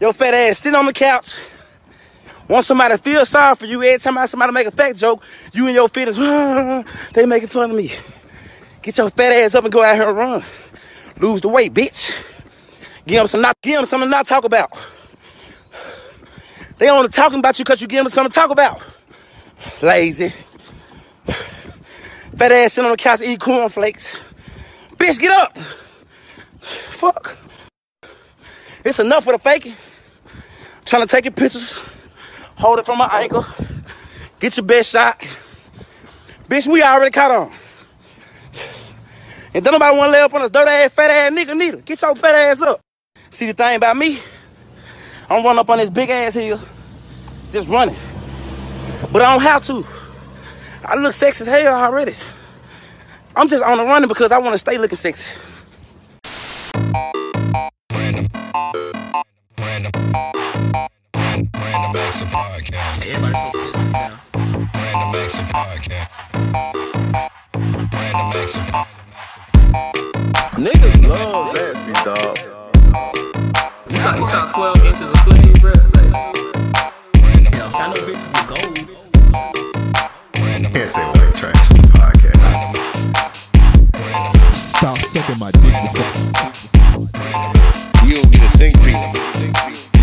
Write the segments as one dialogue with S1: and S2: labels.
S1: Your fat ass sitting on the couch. Want somebody to feel sorry for you every time I somebody make a fat joke, you and your feelings, they making fun of me. Get your fat ass up and go out here and run. Lose the weight, bitch. Give them some not give them something to not talk about. They only talking about you because you give them something to talk about. Lazy. Fat ass sitting on the couch eating cornflakes. Bitch, get up. Fuck. It's enough with the faking. Trying to take your pictures. Hold it from my ankle. Get your best shot. Bitch, we already caught on. And don't nobody want to lay up on a dirty ass, fat ass nigga neither. Get your fat ass up. See the thing about me? I'm running up on this big ass hill, just running. But I don't have to. I look sexy as hell already. I'm just on the running because I want to stay looking sexy.
S2: Random, random, random acts of podcast.
S3: Everybody's so sensitive now.
S2: Random acts of podcast. Random acts of
S4: Niggas love Zaxby, dog.
S3: You saw, you saw 12 inches of sleeve, bro. Like, I know bitches with gold.
S5: Can't say white trash on the podcast.
S6: Stop sucking my dick. you fuck.
S4: You don't get a think piece.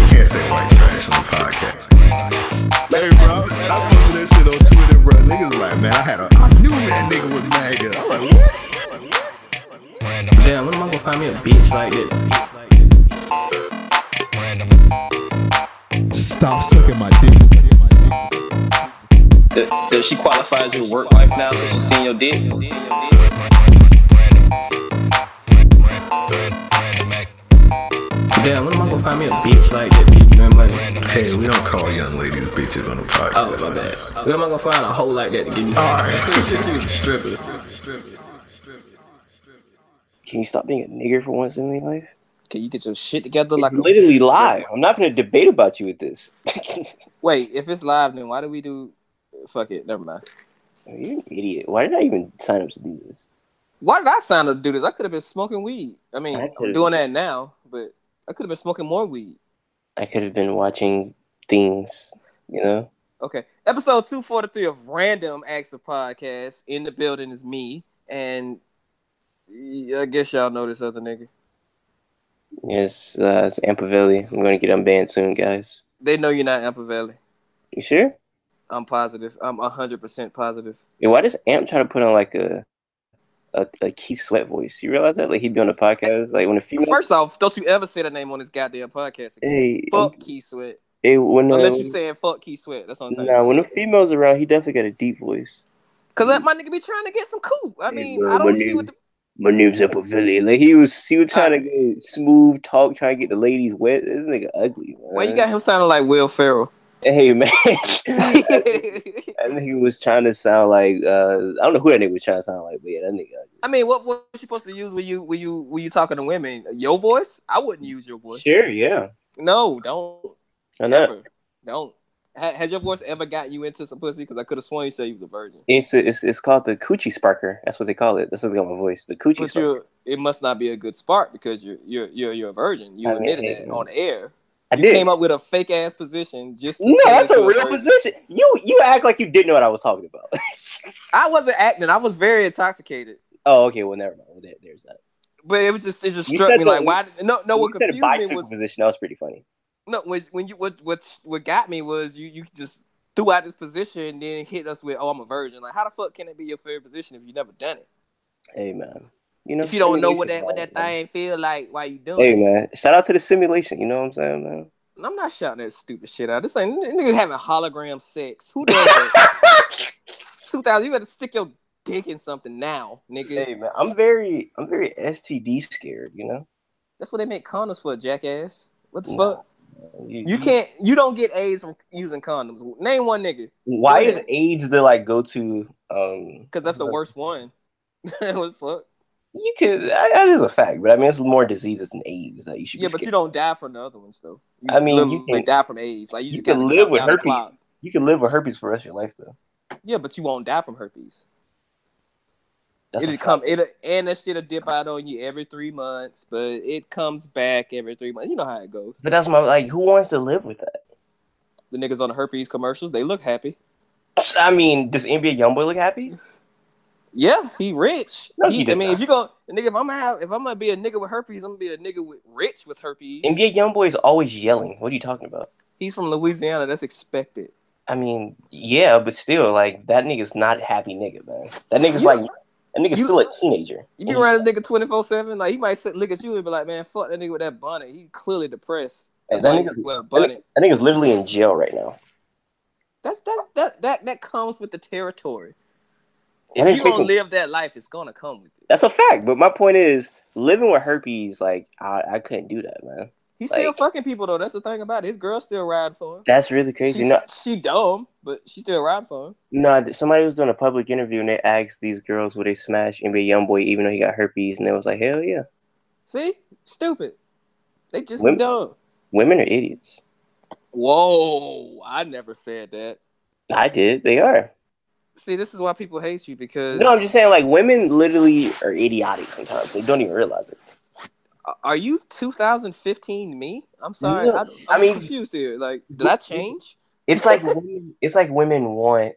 S5: Can't say white trash on the podcast. Hey, bro, I I posted that shit on Twitter, bro. Niggas was like, man, I had a, I knew that nigga was MAGA. I'm like, what?
S3: Damn, when am I gonna find me a bitch like that?
S2: random,
S6: Stop sucking my dick.
S7: Does, does she qualify as your work wife now since she's seen your dick?
S2: random act,
S3: Damn, when am I gonna find me a bitch like that? You know what I mean?
S5: Hey, we don't call young ladies bitches on the podcast.
S3: Oh,
S5: man.
S3: my bad. When am I gonna find a hoe like that to give me some?
S5: All right.
S3: she was a stripper.
S8: Can you stop being a nigger for once in your life?
S3: Can you get your shit together like
S8: It's
S3: a
S8: literally live. I'm not going to debate about you with this.
S3: Wait, if it's live, then why do we do? Fuck it, never mind.
S8: You're an idiot. Why did I even sign up to do this?
S3: Why did I sign up to do this? I could have been smoking weed. I mean,
S8: I
S3: I'm
S8: could've-
S3: doing that now, but I could have been smoking more weed.
S8: I could have been watching things, you know?
S3: Okay. Episode 243 of Random Acts of Podcast. In the building is me. And y- I guess y'all know this other nigga.
S8: Yes, uh, it's Ampavelli. I'm going to get unbanned soon, guys.
S3: They know you're not Ampavelli.
S8: You sure?
S3: I'm positive. I'm 100% positive.
S8: Yeah, why does Amp try to put on like a, a a Keith Sweat voice? You realize that? Like he'd be on a podcast, like when a female.
S3: First off, don't you ever say the name on this goddamn podcast again.
S8: hey,
S3: Fuck Key Sweat.
S8: hey, when uh,
S3: Unless you're saying fuck Key Sweat. That's what I'm saying.
S8: nah, when a female's around, he definitely got a deep voice.
S3: Because that my nigga be trying to get some cool. I
S8: Hey,
S3: mean,
S8: bro,
S3: I
S8: my
S3: don't see
S8: nigga-
S3: what the.
S8: My name's Ampavelli. Like he was, he was trying to get smooth talk, trying to get the ladies wet. This nigga ugly. Man.
S3: Why you got him sounding like Will Ferrell?
S8: Hey man, I think he was trying to sound like uh, I don't know who that nigga was trying to sound like, but yeah, that nigga. Ugly.
S3: I mean, what voice you supposed to use when you when you when you talking to women? Your voice? I wouldn't use your voice.
S8: Sure, yeah,
S3: No, don't.
S8: I know.
S3: Ever. Don't. Ha- has your voice ever got you into some pussy? Because I could have sworn you said you was a virgin.
S8: It's, it's it's called the coochie sparker. That's what they call it. That's what they call my voice. The coochie.
S3: But
S8: sparker.
S3: you, it must not be a good spark because you're you're you're, you're a virgin. You
S8: I mean,
S3: admitted
S8: hey,
S3: that
S8: man.
S3: on air.
S8: I
S3: you
S8: did.
S3: came up with a fake ass position just. To
S8: No,
S3: say
S8: that's
S3: that
S8: a
S3: you were
S8: real
S3: virgin.
S8: position. You you act like you didn't know what I was talking about.
S3: I wasn't acting. I was very intoxicated.
S8: oh, okay. Well, never mind. Well, there, there's that.
S3: But it was just it just
S8: You
S3: struck
S8: said
S3: me
S8: that
S3: like
S8: we-
S3: why no no what
S8: you said a
S3: confused me
S8: bicycle
S3: was
S8: position. That was pretty funny.
S3: No, when, when you what what what got me was you you just threw out this position and then hit us with oh I'm a virgin. Like how the fuck can it be your favorite position if you never done it?
S8: Hey man, you know
S3: If you don't know what that
S8: simulation
S3: what that
S8: vibe,
S3: thing feel like while you doing
S8: man. Hey
S3: it.
S8: man, shout out to the simulation. You know what I'm saying, man.
S3: And I'm not shouting that stupid shit out. This ain't niggas having hologram sex. Who does that? Two thousand. You better stick your dick in something now, nigga.
S8: Hey man, I'm very I'm very STD scared. You know,
S3: That's what they meant condoms for, jackass. What the
S8: Nah,
S3: fuck? You can't. You don't get AIDS from using condoms. Name one nigga,
S8: Why
S3: go
S8: is
S3: ahead.
S8: AIDS the like go to? Um,
S3: cause that's the worst one. what the fuck?
S8: You could I, that is a fact, but I mean it's more diseases than AIDS that you should.
S3: Yeah,
S8: be
S3: but
S8: scared
S3: you don't die from the other ones though. You
S8: I mean,
S3: live-
S8: you
S3: they
S8: can-
S3: die from AIDS. Like you,
S8: you
S3: just
S8: can
S3: gotta
S8: live
S3: count
S8: with
S3: down the
S8: herpes.
S3: clock.
S8: You can live with herpes for the rest of your life though.
S3: Yeah, but you won't die from herpes.
S8: That's
S3: it'll
S8: a
S3: come it and that shit'll dip out on you every three months, but it comes back every three months. You know how it goes.
S8: But that's my like. Who wants to live with that?
S3: The niggas on the herpes commercials, they look happy.
S8: I mean, does NBA YoungBoy look happy?
S3: Yeah, he rich.
S8: No,
S3: He-
S8: he
S3: I
S8: does
S3: mean,
S8: not.
S3: if you go, nigga, if I'm gonna have, if I'm gonna be a nigga with herpes, I'm gonna be a nigga with rich with herpes.
S8: NBA YoungBoy is always yelling. What are you talking about?
S3: He's from Louisiana. That's expected.
S8: I mean, yeah, but still, like that nigga's not happy, nigga, man. That nigga's
S3: You-
S8: like that nigga's
S3: you-
S8: still a teenager.
S3: You be
S8: He's-
S3: around this nigga twenty four seven, like he might sit, look at you and be like, "Man, fuck that nigga with that bonnet. He clearly depressed.
S8: Hey,
S3: That's
S8: that
S3: why he
S8: nigga's-
S3: wear a bonnet.
S8: That nigga's literally in jail right now.
S3: That's that's that that that comes with the territory.
S8: And
S3: If
S8: it's
S3: you gonna
S8: facing-
S3: live that life, it's gonna come with it.
S8: That's a fact. But my point is, living with herpes, like I, I couldn't do that, man.
S3: He's still
S8: Like-
S3: fucking people though. That's the thing about it. His girl still ride for him.
S8: That's really crazy.
S3: She's-
S8: No,
S3: She dumb, but she still ride for him.
S8: no, th- somebody was doing a public interview and they asked these girls would they smash NBA YoungBoy even though he got herpes, and they was like, hell yeah.
S3: See, stupid. They just
S8: Women-
S3: dumb.
S8: Women are idiots.
S3: Whoa, I never said that.
S8: I did. They are.
S3: See, this is why people hate you because
S8: No, I'm just saying, like women literally are idiotic sometimes. They don't even realize it.
S3: are you 2015 me? I'm sorry.
S8: No,
S3: I, I'm
S8: I mean-
S3: confused here. Like, did I change?
S8: It's like women, it's like women want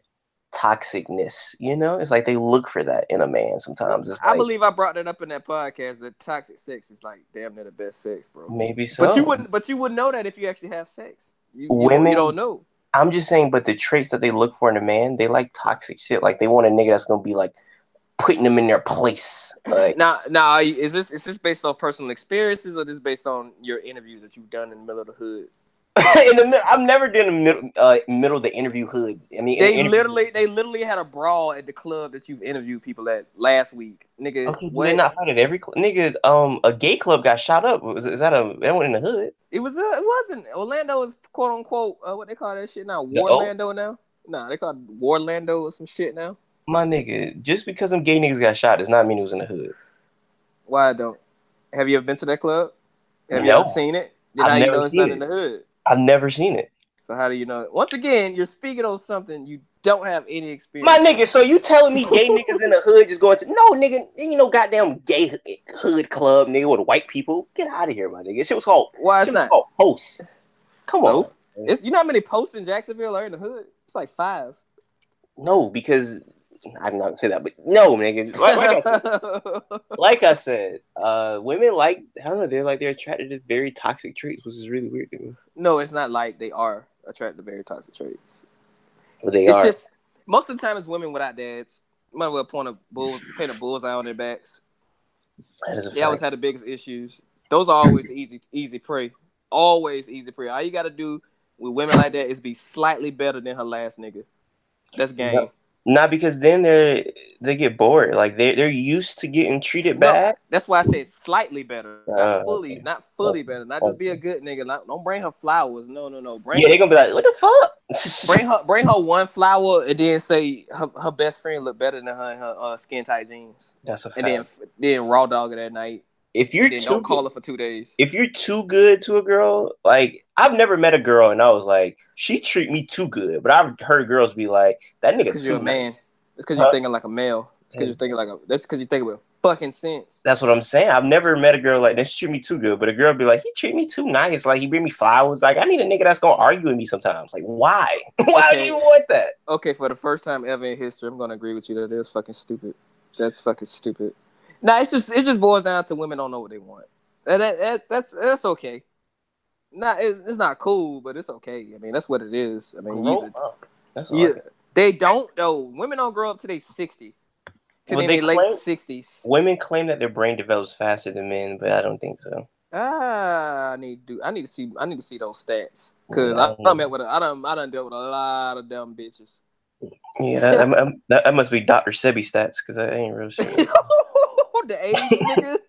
S8: toxicness. You know, it's like they look for that in a man sometimes. It's
S3: I
S8: like,
S3: believe I brought that up in that podcast that toxic sex is like damn near the best sex, bro.
S8: maybe so.
S3: But you wouldn't but you wouldn't know that if you actually have sex. You, you don't-
S8: Women-
S3: you don't know.
S8: I'm just saying, but the traits that they look for in a man, they like toxic shit. Like they want a nigga that's gonna be like putting them in their place. Like
S3: Now, now, are you- is this is this based off personal experiences or this based on your interviews that you've done in the middle of the hood?
S8: in the mid- I'm never doing the middle, uh, middle of the interview hoods. I mean, in the
S3: They
S8: interview-
S3: literally, they literally had a brawl at the club that you've interviewed people at last week, nigga.
S8: Okay, do
S3: what?
S8: they not fight at every cl- nigga. Um, a gay club got shot up. Was, is that a that went in the hood?
S3: It was, uh, it wasn't. Orlando is quote unquote uh, what they call that shit now,
S8: The- oh.
S3: Warlando now. Nah, they call it Warlando or some shit now.
S8: My nigga, just because some gay niggas got shot does not mean it was in the hood.
S3: Why I don't? Have you ever been to that club? Have you
S8: No.
S3: ever seen it? Then
S8: I've
S3: how you
S8: never
S3: know it's
S8: seen
S3: not
S8: it.
S3: in the hood?
S8: I've never seen it.
S3: So how do you know? it? Once again, you're speaking on something you don't have any experience.
S8: My nigga, so you telling me gay niggas in the hood just going to no nigga, ain't no goddamn gay h- hood club nigga with white people. Get out of here, my nigga. Shit was called
S3: Why it's
S8: shit
S3: not?
S8: was called host. Come
S3: So?
S8: on.
S3: It's, you know how many posts in Jacksonville are in the hood? It's like five.
S8: No, because I'm not gonna say that, but no, nigga. Like, like I said, like I said, uh, women like I don't know, they're like they're attracted to very toxic traits, which is really weird to me.
S3: no, it's not like they are attracted to very toxic traits.
S8: But they
S3: it's
S8: are.
S3: just most of the time it's women without dads. Might as well point a bull, paint a bullseye on their backs.
S8: that is a
S3: They always
S8: fact.
S3: had the biggest issues. Those are always easy, easy prey. Always easy prey. All you got to do with women like that is be slightly better than her last nigga. That's game.
S8: No. Not because then they're they get bored. Like they they're used to getting treated
S3: No.
S8: bad.
S3: That's why I said slightly better, not
S8: Ah,
S3: fully,
S8: okay.
S3: not fully better. Not just be a good nigga. Not, don't bring her flowers. No, no, no. Bring
S8: Yeah, they're gonna be like, what the fuck?
S3: bring her bring her one flower and then say her, her best friend look better than her in her uh, skin tight jeans
S8: That's a
S3: and
S8: fact.
S3: then then raw dog it that night
S8: if you're
S3: then
S8: too
S3: don't call her
S8: good-
S3: for two days
S8: if you're too good to a girl, like I've never met a girl and I was like, she treat me too good. But I've heard girls be like, that nigga
S3: 'cause
S8: too
S3: you're a man.
S8: nice.
S3: it's because you're
S8: Huh?
S3: thinking like a male it's because
S8: Yeah.
S3: you're thinking like a that's because you're thinking with fucking sense
S8: That's what I'm saying. I've never met a girl like that. She treat me too good, but a girl be like, he treat me too nice. Like he bring me flowers. Like I need a nigga that's gonna argue with me sometimes. Like why? why do
S3: Okay.
S8: you want that?
S3: okay for the first time ever in history i'm gonna agree with you that it is fucking stupid that's fucking stupid nah it's just it just boils down to women don't know what they want and that, that that's that's okay Nah, it's, it's not cool, but it's okay. I mean, that's what it is. I mean,
S8: Grow
S3: you,
S8: up. That's all. I
S3: Yeah,
S8: can-
S3: they don't though. Women don't grow up till they sixty, till
S8: Well,
S3: they,
S8: they
S3: late
S8: claim-
S3: sixties.
S8: Women claim that their brain develops faster than men, but I don't think so.
S3: Ah, I need to. do- I need to see. I need to see those stats because
S8: Yeah.
S3: I, I met with. A, I done. I done dealt with a lot of dumb bitches.
S8: Yeah, that, that, that, that must be Dr. Sebi stats because I ain't real sure.
S3: the AIDS nigga.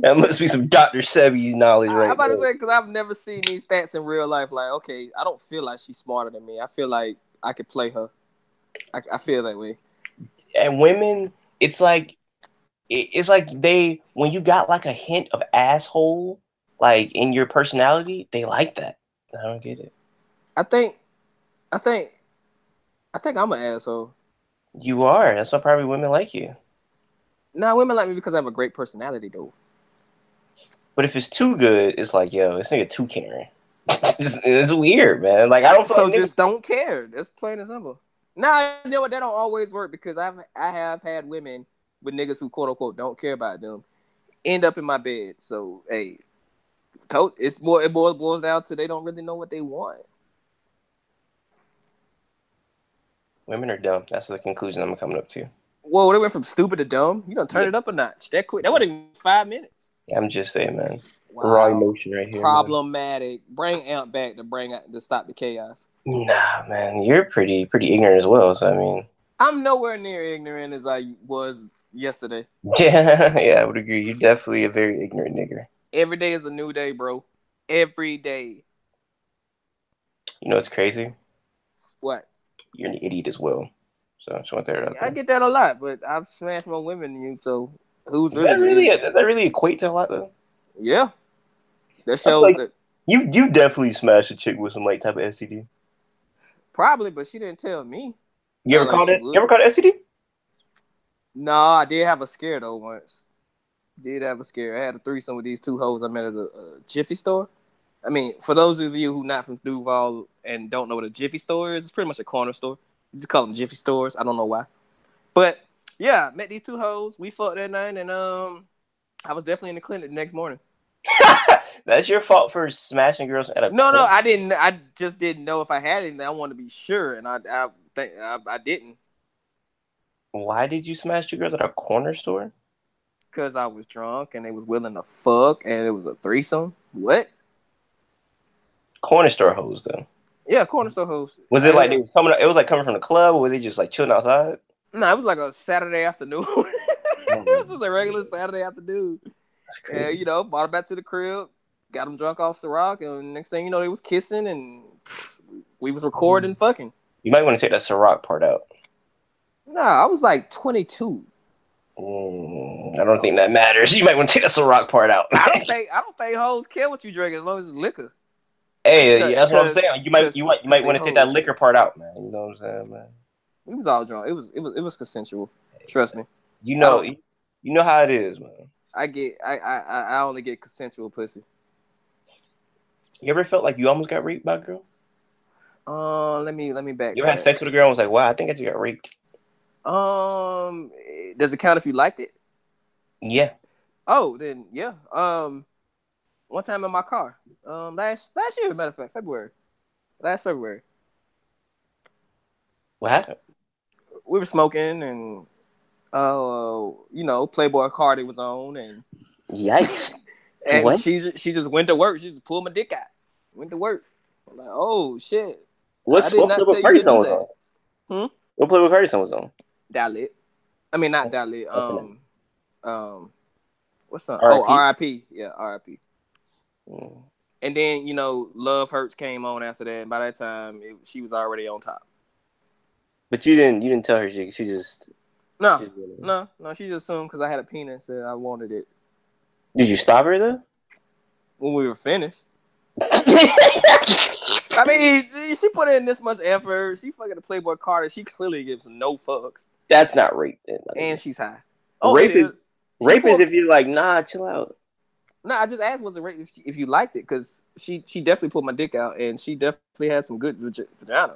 S8: that must be some Dr. Sebi knowledge right
S3: I, am about to
S8: there.
S3: say because I've never seen these stats in real life. Like, okay, I don't feel like she's smarter than me. I feel like I could play her. I, I feel that way.
S8: and women, it's like it- it's like they when you got like a hint of asshole like in your personality, they like that. I don't get it.
S3: I think. I think. I think I'm an asshole.
S8: You are. That's why probably women like you.
S3: Nah, women like me because I have a great personality, though.
S8: But if it's too good, it's like, yo, this nigga too caring. it's, it's weird, man. Like I don't feel
S3: So
S8: like niggas-
S3: just don't care. That's plain and simple. Nah, you know what? That don't always work because I've I have had women with niggas who quote unquote don't care about them end up in my bed. So hey, to- it's more it boils boils down to they don't really know what they want.
S8: women are dumb. That's the conclusion I'm coming up to.
S3: Whoa, they went from stupid to dumb. You don't turn
S8: Yeah.
S3: it up a notch that quick. That wasn't even five minutes.
S8: I'm just saying, man.
S3: Wow.
S8: Raw emotion right here. man.
S3: Problematic. Bring Amp back to bring out to stop the chaos.
S8: Nah, man. You're pretty pretty ignorant as well. So I mean,
S3: I'm nowhere near ignorant as I was yesterday.
S8: yeah, yeah, I would agree. You're definitely a very ignorant nigger.
S3: Every day is a new day, bro. Every day.
S8: You know what's crazy?
S3: What?
S8: You're an idiot as well. So I just want that out
S3: I
S8: there.
S3: get that a lot, but I've smashed more women than you, so who's
S8: Does that
S3: really?
S8: really does that really equate to a lot though?
S3: Yeah. That shows
S8: like-
S3: that
S8: You you definitely smashed a chick with some like type of STD.
S3: probably, but she didn't tell me.
S8: You ever
S3: Not like
S8: caught
S3: Oh, she
S8: it? You
S3: would.
S8: ever caught STD?
S3: No, I did have a scare though once. Did have a scare. I had a threesome with these two hoes I met at a, a Jiffy store. I mean, for those of you who not from Duval and don't know what a Jiffy store is, it's pretty much a corner store. You just call them Jiffy stores. I don't know why, but yeah, met these two hoes. We fucked that night, and um, I was definitely in the clinic the next morning.
S8: That's your fault for smashing girls at a
S3: No, no,
S8: club.
S3: I didn't. I just didn't know if I had anything. I wanted to be sure, and I, I think I, I didn't
S8: Why did you smash two girls at a corner store?
S3: because I was drunk and they was willing to fuck, and it was a threesome. What?
S8: Corner store hoes though.
S3: Yeah, corner store host.
S8: Was it like they was coming? It was like coming from the club, or was they just like chilling outside?
S3: No, it was like a Saturday afternoon. it was just a regular Saturday afternoon.
S8: That's
S3: And
S8: crazy.
S3: you know, brought her back to the crib, got them drunk off Ciroc, and next thing you know, they was kissing and we was recording
S8: Mm.
S3: fucking.
S8: You might want to take that Ciroc part out.
S3: Nah, I was like 22.
S8: Mm, I don't think that matters. You might want to take that Ciroc part out.
S3: I don't think I don't think hoes care what you drink as long as it's liquor.
S8: hey, that's what I'm
S3: Cause-
S8: saying. You might, you might, you might
S3: cause
S8: want to
S3: they
S8: take that
S3: hoes.
S8: liquor part out, man. You know what I'm saying, man.
S3: We was all drunk. It was it was it was consensual. Trust me.
S8: You know,
S3: don't-
S8: you know how it is, man.
S3: I get I I I I only get consensual pussy.
S8: You ever felt like you almost got raped by a girl?
S3: Uh, let me let me back.
S8: You ever had sex with a girl and was like, "Wow, I think I just got raped."
S3: Um, does it count if you liked it?
S8: Yeah,
S3: Oh, then yeah. Um, one time in my car. Um, last last year, as a matter of fact, February. Last February,
S8: what happened?
S3: we were smoking and, uh, you know, Playboy Cardi was on and
S8: Yikes!
S3: and
S8: What?
S3: she ju- she just went to work. She just pulled my dick out. Went to work. I'm like, oh shit, I
S8: What's
S3: did
S8: what
S3: not
S8: play with
S3: tell you
S8: Cardi
S3: to do
S8: song was
S3: that.
S8: on?
S3: Hmm?
S8: What play with Cardi song was on?
S3: dilate. I mean, not dilate.
S8: that's an-
S3: Um, um, what's up?
S8: R.I.P.?
S3: Oh, R.I.P. Yeah, R.I.P.
S8: Mm.
S3: And then you know, Love Hurts came on after that. And by that time, it, she was already on top.
S8: But you didn't. You didn't tell her. She. She just.
S3: No,
S8: she-
S3: No, no, she just assumed because I had a penis that I wanted it
S8: Did you stop her though?
S3: when we were finished. I mean, she put in this much effort. She fucking the Playboy Carter. She clearly gives no fucks,
S8: That's not rape. then, my
S3: and
S8: nigga.
S3: she's high. Oh,
S8: Rape
S3: it
S8: is-
S3: is.
S8: rape
S3: she
S8: is
S3: pulled-
S8: if you're like, nah, chill out.
S3: No, I just asked was it rape if, she, if you liked it because she she definitely pulled my dick out and she definitely had some good vagi- vagina.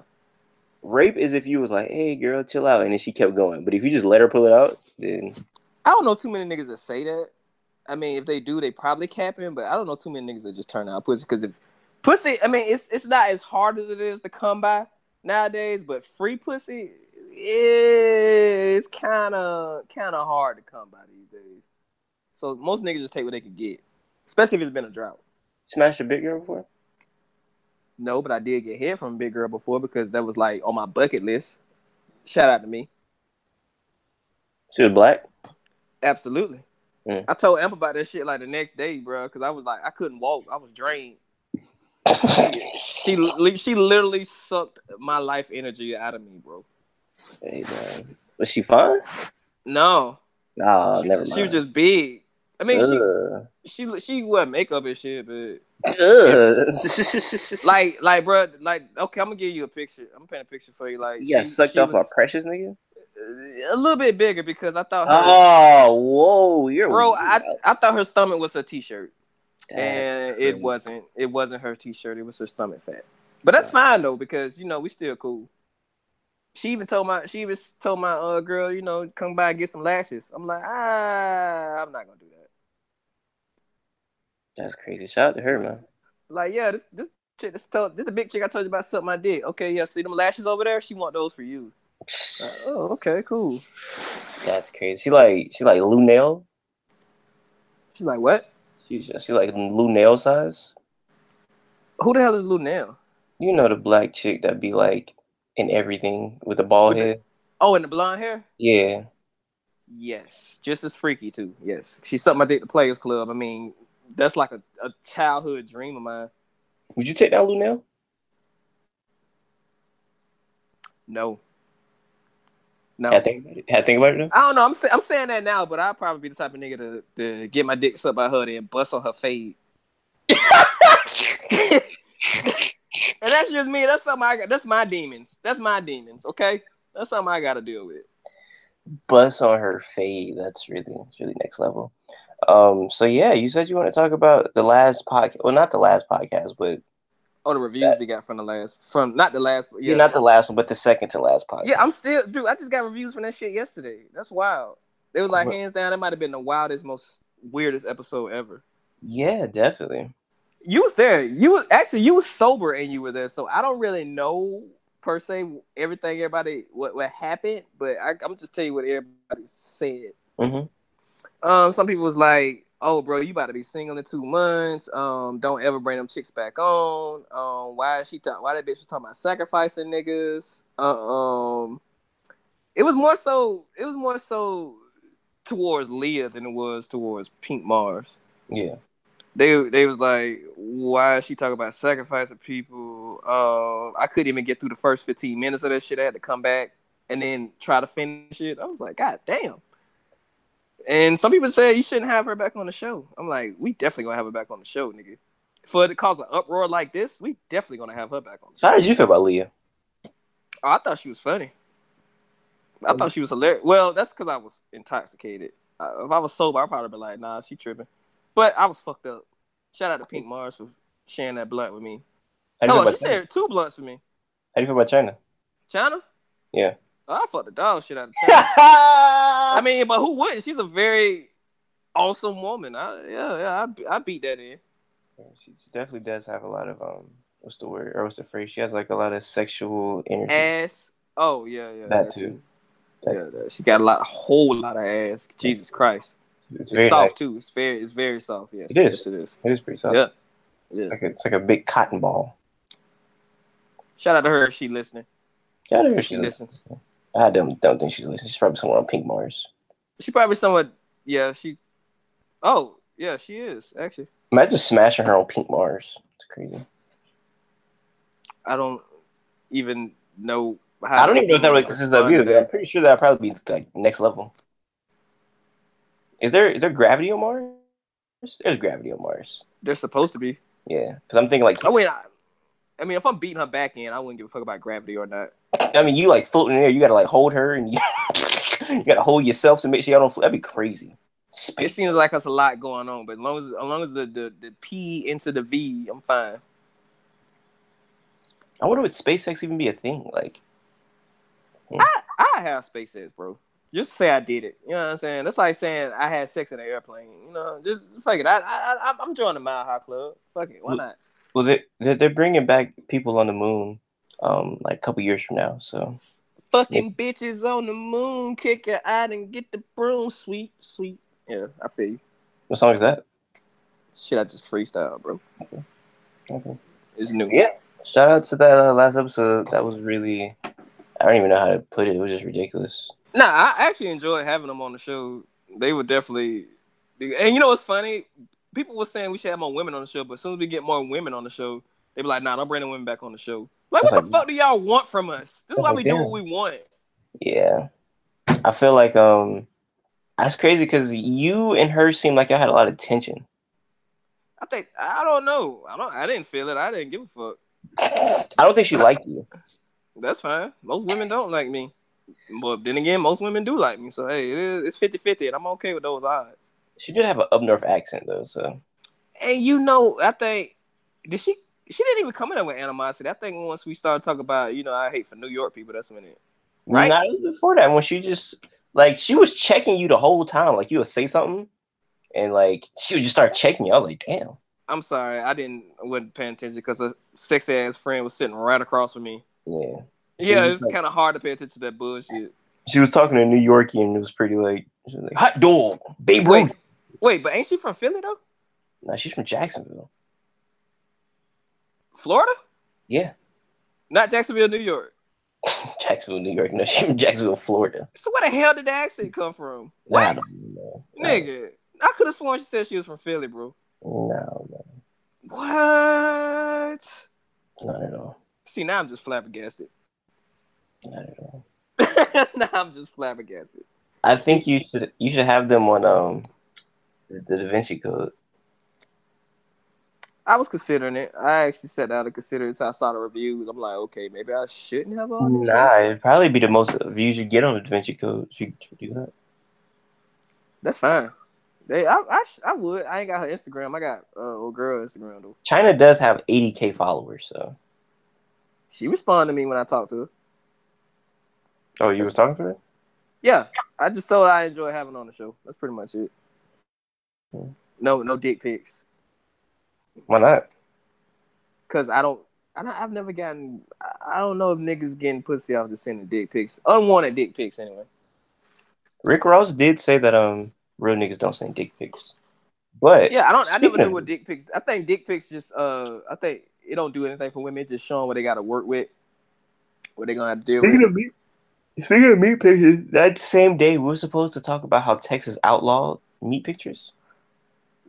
S8: Rape is if you was like, hey girl, chill out, and then she kept going. But if you just let her pull it out, then
S3: I don't know too many niggas that say that. I mean, if they do, they probably capping, but I don't know too many niggas that just turn out pussy because if pussy, I mean, it's it's not as hard as it is to come by nowadays, but free pussy is kind of kind of hard to come by these days. So most niggas just take what they can get, especially if it's been a drought.
S8: smashed a big girl before.
S3: No, but I did get head from a big girl before because that was like on my bucket list. Shout out to me.
S8: She was black.
S3: Absolutely.
S8: Mm.
S3: I told Amp about that shit like the next day, bro, because I was like, I couldn't walk. I was drained. she li- she literally sucked my life energy out of me, bro.
S8: Hey, man. Was she fine?
S3: No,
S8: Nah,
S3: she,
S8: Oh, never mind.
S3: she was just big. I mean,
S8: Ugh.
S3: she she she wear makeup and shit, but
S8: Ugh.
S3: like like bro, like okay, I'm gonna give you a picture. I'm gonna paint a picture for you. Like
S8: you got
S3: she-
S8: sucked
S3: she
S8: off
S3: was-
S8: by precious nigga.
S3: a little bit bigger because I thought her,
S8: Oh, whoa, you're
S3: bro,
S8: weird.
S3: I, I thought her stomach was her t-shirt,
S8: That's
S3: and
S8: crazy.
S3: it wasn't. It wasn't her t-shirt. It was her stomach fat. But that's fine though because you know we still cool. She even told my she even told my uh girl you know come by and get some lashes. I'm like ah I'm not gonna do that.
S8: That's crazy. Shout out to her, man.
S3: Like yeah this this chick this told this the big chick I told you about something I did. Okay yeah see them lashes over there she want those for you. Like, oh okay cool.
S8: That's crazy. She like she like Lou Nail.
S3: She's like what?
S8: She's just, she like Lou Nail size.
S3: Who the hell is Lou now?
S8: You know the black chick that be like in everything with the bald
S3: With the-
S8: head.
S3: Oh and the blonde hair.
S8: Yeah,
S3: Yes, just as freaky too. Yes, she's something I did at the Players Club. I mean, that's like a, a childhood dream of mine.
S8: would you take down Lou Nail?
S3: No, no.
S8: Had to think about it. Had to think about it. Now?
S3: I don't know. I'm say, I'm saying that now, but I'll probably be the type of nigga to, to get my dick sucked by her and bust on her fade. and that's just me. That's something I got. That's my demons. That's my demons. Okay, that's something I got to deal with.
S8: Bust on her fade. That's really that's really next level. Um. So yeah, you said you want to talk about the last podcast. Well, not the last podcast, but
S3: Oh, the reviews we got from the last, from not the last, but
S8: yeah,
S3: yeah,
S8: not the last one, but the second to last podcast.
S3: Yeah, I'm still, dude. I just got reviews from that shit yesterday. That's wild. They was like,
S8: What?
S3: hands down, that might have been the wildest, most weirdest episode ever.
S8: yeah, definitely.
S3: You was there. You was actually you was sober and you were there, so I don't really know per se everything everybody what what happened, but I, I'm just tell you what everybody said.
S8: Mhm.
S3: Um, some people was like, "Oh, bro, you about to be single in two months. Um, don't ever bring them chicks back on. Um, why is she talk? Why that bitch was talking about sacrificing niggas? Uh, um, it was more so. It was more so towards Leah than it was towards Pink Mars.
S8: Yeah.
S3: They they was like, why is she talking about sacrificing people? Um, I couldn't even get through the first fifteen minutes of that shit. I had to come back and then try to finish it. I was like, God damn. And some people said you shouldn't have her back on the show. I'm like, we definitely gonna have her back on the show, nigga. For it to cause an uproar like this, we definitely gonna have her back on the
S8: So
S3: show.
S8: how did you feel about Leah?
S3: Oh, I thought she was funny. I thought she was hilarious. Well, that's because I was intoxicated. Uh, if I was sober, I'd probably be like, nah, she tripping. But I was fucked up. Shout out to Pink Mars for sharing that blunt with me.
S8: How do you, feel,
S3: Oh, she
S8: about China?
S3: shared two blunts with me.
S8: How do you feel about China?
S3: China?
S8: Yeah.
S3: Oh, I fucked the dog shit out of China. I mean, but who wouldn't? She's a very awesome woman. I, yeah, yeah, I, be- I beat that in.
S8: She, she definitely does have a lot of um, what's the word or what's the phrase? She has like a lot of sexual energy.
S3: Ass. Oh, yeah, yeah.
S8: that too. That-
S3: Yeah, that- she got a lot, a whole lot of ass. Jesus Christ.
S8: It's
S3: It's
S8: very
S3: soft
S8: nice.
S3: too. It's very, it's very soft. Yes,
S8: It is.
S3: Yes, it is.
S8: It is pretty soft.
S3: Yeah. Yeah.
S8: Like a, it's like a big cotton ball.
S3: Shout out to her if she listening.
S8: Yeah, I don't know if
S3: If she
S8: she's listening.
S3: listens.
S8: I don't don't think she's listening. She's probably somewhere on Pink Mars.
S3: She probably somewhat. Yeah, she. Oh, yeah, she is actually.
S8: Imagine smashing her on Pink Mars. It's crazy.
S3: I don't even know. How
S8: I don't even know if that really consists of either. but I'm pretty sure that would probably be like next level. Is there is there gravity on Mars? There's gravity on Mars.
S3: They're supposed to be.
S8: Yeah, because I'm thinking like
S3: I mean, I, I mean, if I'm beating her back in, I wouldn't give a fuck about gravity or not.
S8: I mean, you like floating in there. You gotta like hold her, and you, you gotta hold yourself to make sure y'all don't. Float. That'd be crazy.
S3: It
S8: Space.
S3: seems like it's a lot going on, but as long as as long as the the, the P into the V, I'm fine.
S8: I wonder would SpaceX even be a thing? Like,
S3: I have SpaceX, bro. Just say I did it. You know what I'm saying? That's like saying I had sex in an airplane. You know, just fuck it. I, I, I I'm joining the Mile High Club. Fuck it. Why not?
S8: well, they they're, they're bringing back people on the moon, um, like a couple years from now. So
S3: Fucking bitches on the moon, kick your eye and get the broom, sweet, sweet. Yeah, I feel you.
S8: what song is that?
S3: Shit, I just freestyle, bro.
S8: Okay.
S3: It's new.
S8: Yeah. Shout out to that uh, last episode. That was really. I don't even know how to put it. It was just ridiculous.
S3: Nah, I actually enjoyed having them on the show. They were definitely, and you know what's funny? People were saying we should have more women on the show, but as soon as we get more women on the show, they be like, "Nah, don't bring the women back on the show." Like, what
S8: That's
S3: the
S8: like-
S3: fuck do y'all want from us? This is why we
S8: That's like,
S3: do
S8: damn.
S3: what we want.
S8: Yeah, I feel like um, that's crazy because you and her seemed like y'all had a lot of tension.
S3: I think I don't know. I don't. I didn't feel it. I didn't give a fuck.
S8: I don't think she liked you.
S3: That's fine. Most women don't like me. But then again, most women do like me, so hey, it is, it's 50 50, and I'm okay with those odds.
S8: She did have an up north accent though, so
S3: And you know, I think did she? She didn't even come in there with animosity. I think once we started talking about, you know, I hate for New York people. That's when it. Right.
S8: Not even before that, when she just like she was checking you the whole time, like you would say something, and like she would just start checking you. I was like, damn.
S3: I'm sorry, I didn't wasn't paying attention because a sexy ass friend was sitting right across from me.
S8: Yeah.
S3: Yeah,
S8: Mhm.
S3: it's kind of hard to pay attention to that bullshit.
S8: She was talking to a New Yorkie, and it was pretty like, she was like hot dog, Babe
S3: Wait,
S8: Ruth.
S3: wait, but ain't she from Philly though?
S8: No, she's from Jacksonville.
S3: Florida,
S8: Yeah,
S3: not Jacksonville, New York.
S8: Jacksonville, New York. No, she's from Jacksonville, Florida.
S3: So where the hell did the accent come from?
S8: Nah, I
S3: What,
S8: don't know.
S3: nigga? I could have sworn she said she was from Philly, bro.
S8: No, no,
S3: What?
S8: not at all.
S3: See, now I'm just flabbergasted.
S8: Not at all.
S3: now I'm just flabbergasted.
S8: I think you should you should have them on um the, the Da Vinci Code.
S3: I was considering it. I actually sat down to consider it. So I saw the reviews. I'm like, okay, maybe I shouldn't have all this. shit.
S8: Nah, it'd probably be the most views you get on the Da Vinci Code. Should, should do that.
S3: That's fine. They, I, I, sh- I would. I ain't got her Instagram. I got uh, old girl Instagram though.
S8: China does have 80k followers, so.
S3: She responded to me when I talked to her.
S8: Oh, you were talking to her?
S3: Yeah, I just told her I enjoy having her on the show. That's pretty much it. No, no dick pics,
S8: Why not?
S3: cause I don't. I don't, I've never gotten. I- I don't know if niggas getting pussy off just sending dick pics, unwanted dick pics anyway.
S8: Rick Ross did say that um real niggas don't send dick pics, but
S3: Yeah, I don't. I never
S8: Speaking
S3: knew
S8: of-
S3: what dick pics. I think dick pics just. Uh, I think it don't do anything for women. It's just showing what they got to work with, what they gonna have to deal with.
S8: of meat, speaking of meat pictures, that same day we were supposed to talk about how Texas outlawed meat pictures.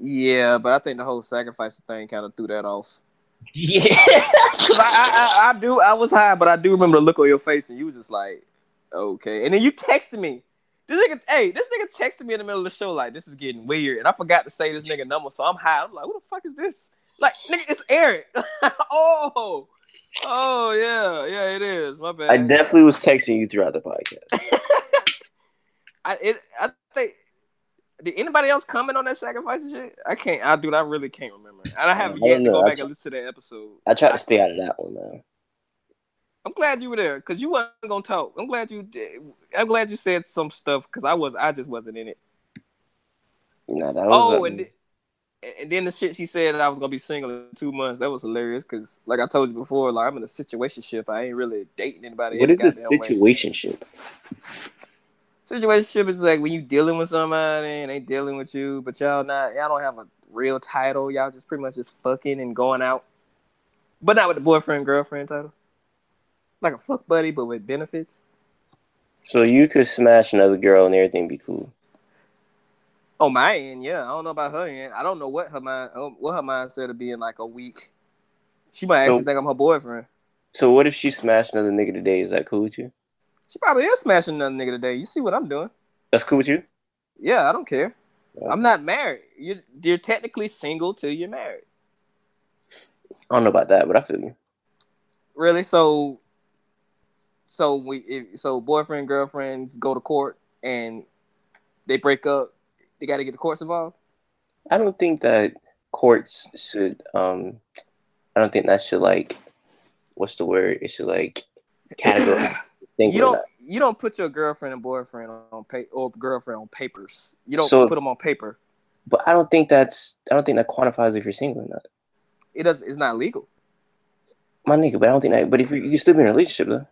S3: Yeah, but I think the whole sacrifice thing kind of threw that off.
S8: Yeah,
S3: Cause I, I, I, I do. I was high, but I do remember the look on your face, and you was just like, okay. And then you texted me. This nigga, hey, this nigga texted me in the middle of the show like, this is getting weird, and I forgot to say this nigga number, so I'm high. I'm like, what the fuck is this? Like, nigga, it's Eric. oh, oh yeah, yeah, it is. My bad.
S8: I definitely was texting you throughout the podcast.
S3: I, it, I think. Did anybody else comment on that sacrifice and shit? I can't. I dude, I really can't remember. And I have
S8: I don't
S3: yet to
S8: know.
S3: go
S8: I
S3: back
S8: tr-
S3: and listen to that episode.
S8: I tried to stay out of that one, man.
S3: I'm glad you were there because you wasn't gonna talk. I'm glad you did. I'm glad you said some stuff because I was. I just wasn't in it.
S8: Nah, that was
S3: Oh,
S8: um,
S3: and th- and then the shit she said that I was gonna be single in two months. That was hilarious because, like I told you before, like I'm in a situation ship. I ain't really dating anybody.
S8: what
S3: any
S8: is this
S3: goddamn way.
S8: situation shit?
S3: Situationship is like when you dealing with somebody and they dealing with you, but y'all not y'all don't have a real title. Y'all just pretty much just fucking and going out, but not with the boyfriend girlfriend title. Like a fuck buddy, but with benefits.
S8: So you could smash another girl and everything be cool.
S3: On my end, yeah. I don't know about her end. I don't know what her mind, um, what her mindset of being like a week. She might actually
S8: So-
S3: think I'm her boyfriend.
S8: So what if she smashed another nigga today? Is that cool with you?
S3: She probably is smashing another nigga today. You see what I'm doing?
S8: That's cool with you?
S3: Yeah, I don't care. I'm not married. You're, you're technically single till you're married.
S8: I don't know about that, but I feel you.
S3: Really? So, so we, if, so boyfriend girlfriends go to court and they break up. They got to get the courts involved.
S8: I don't think that courts should. um I don't think that should like. What's the word? It should like category. think
S3: You
S8: we're
S3: don't.
S8: not-
S3: You don't put your girlfriend and boyfriend on pa- or girlfriend on papers. You don't
S8: So-
S3: put them on paper.
S8: But I don't think that's. I don't think that quantifies if you're single or not,
S3: It does. It's not legal.
S8: my nigga. But I don't think that. But if you, you can still be in a relationship though.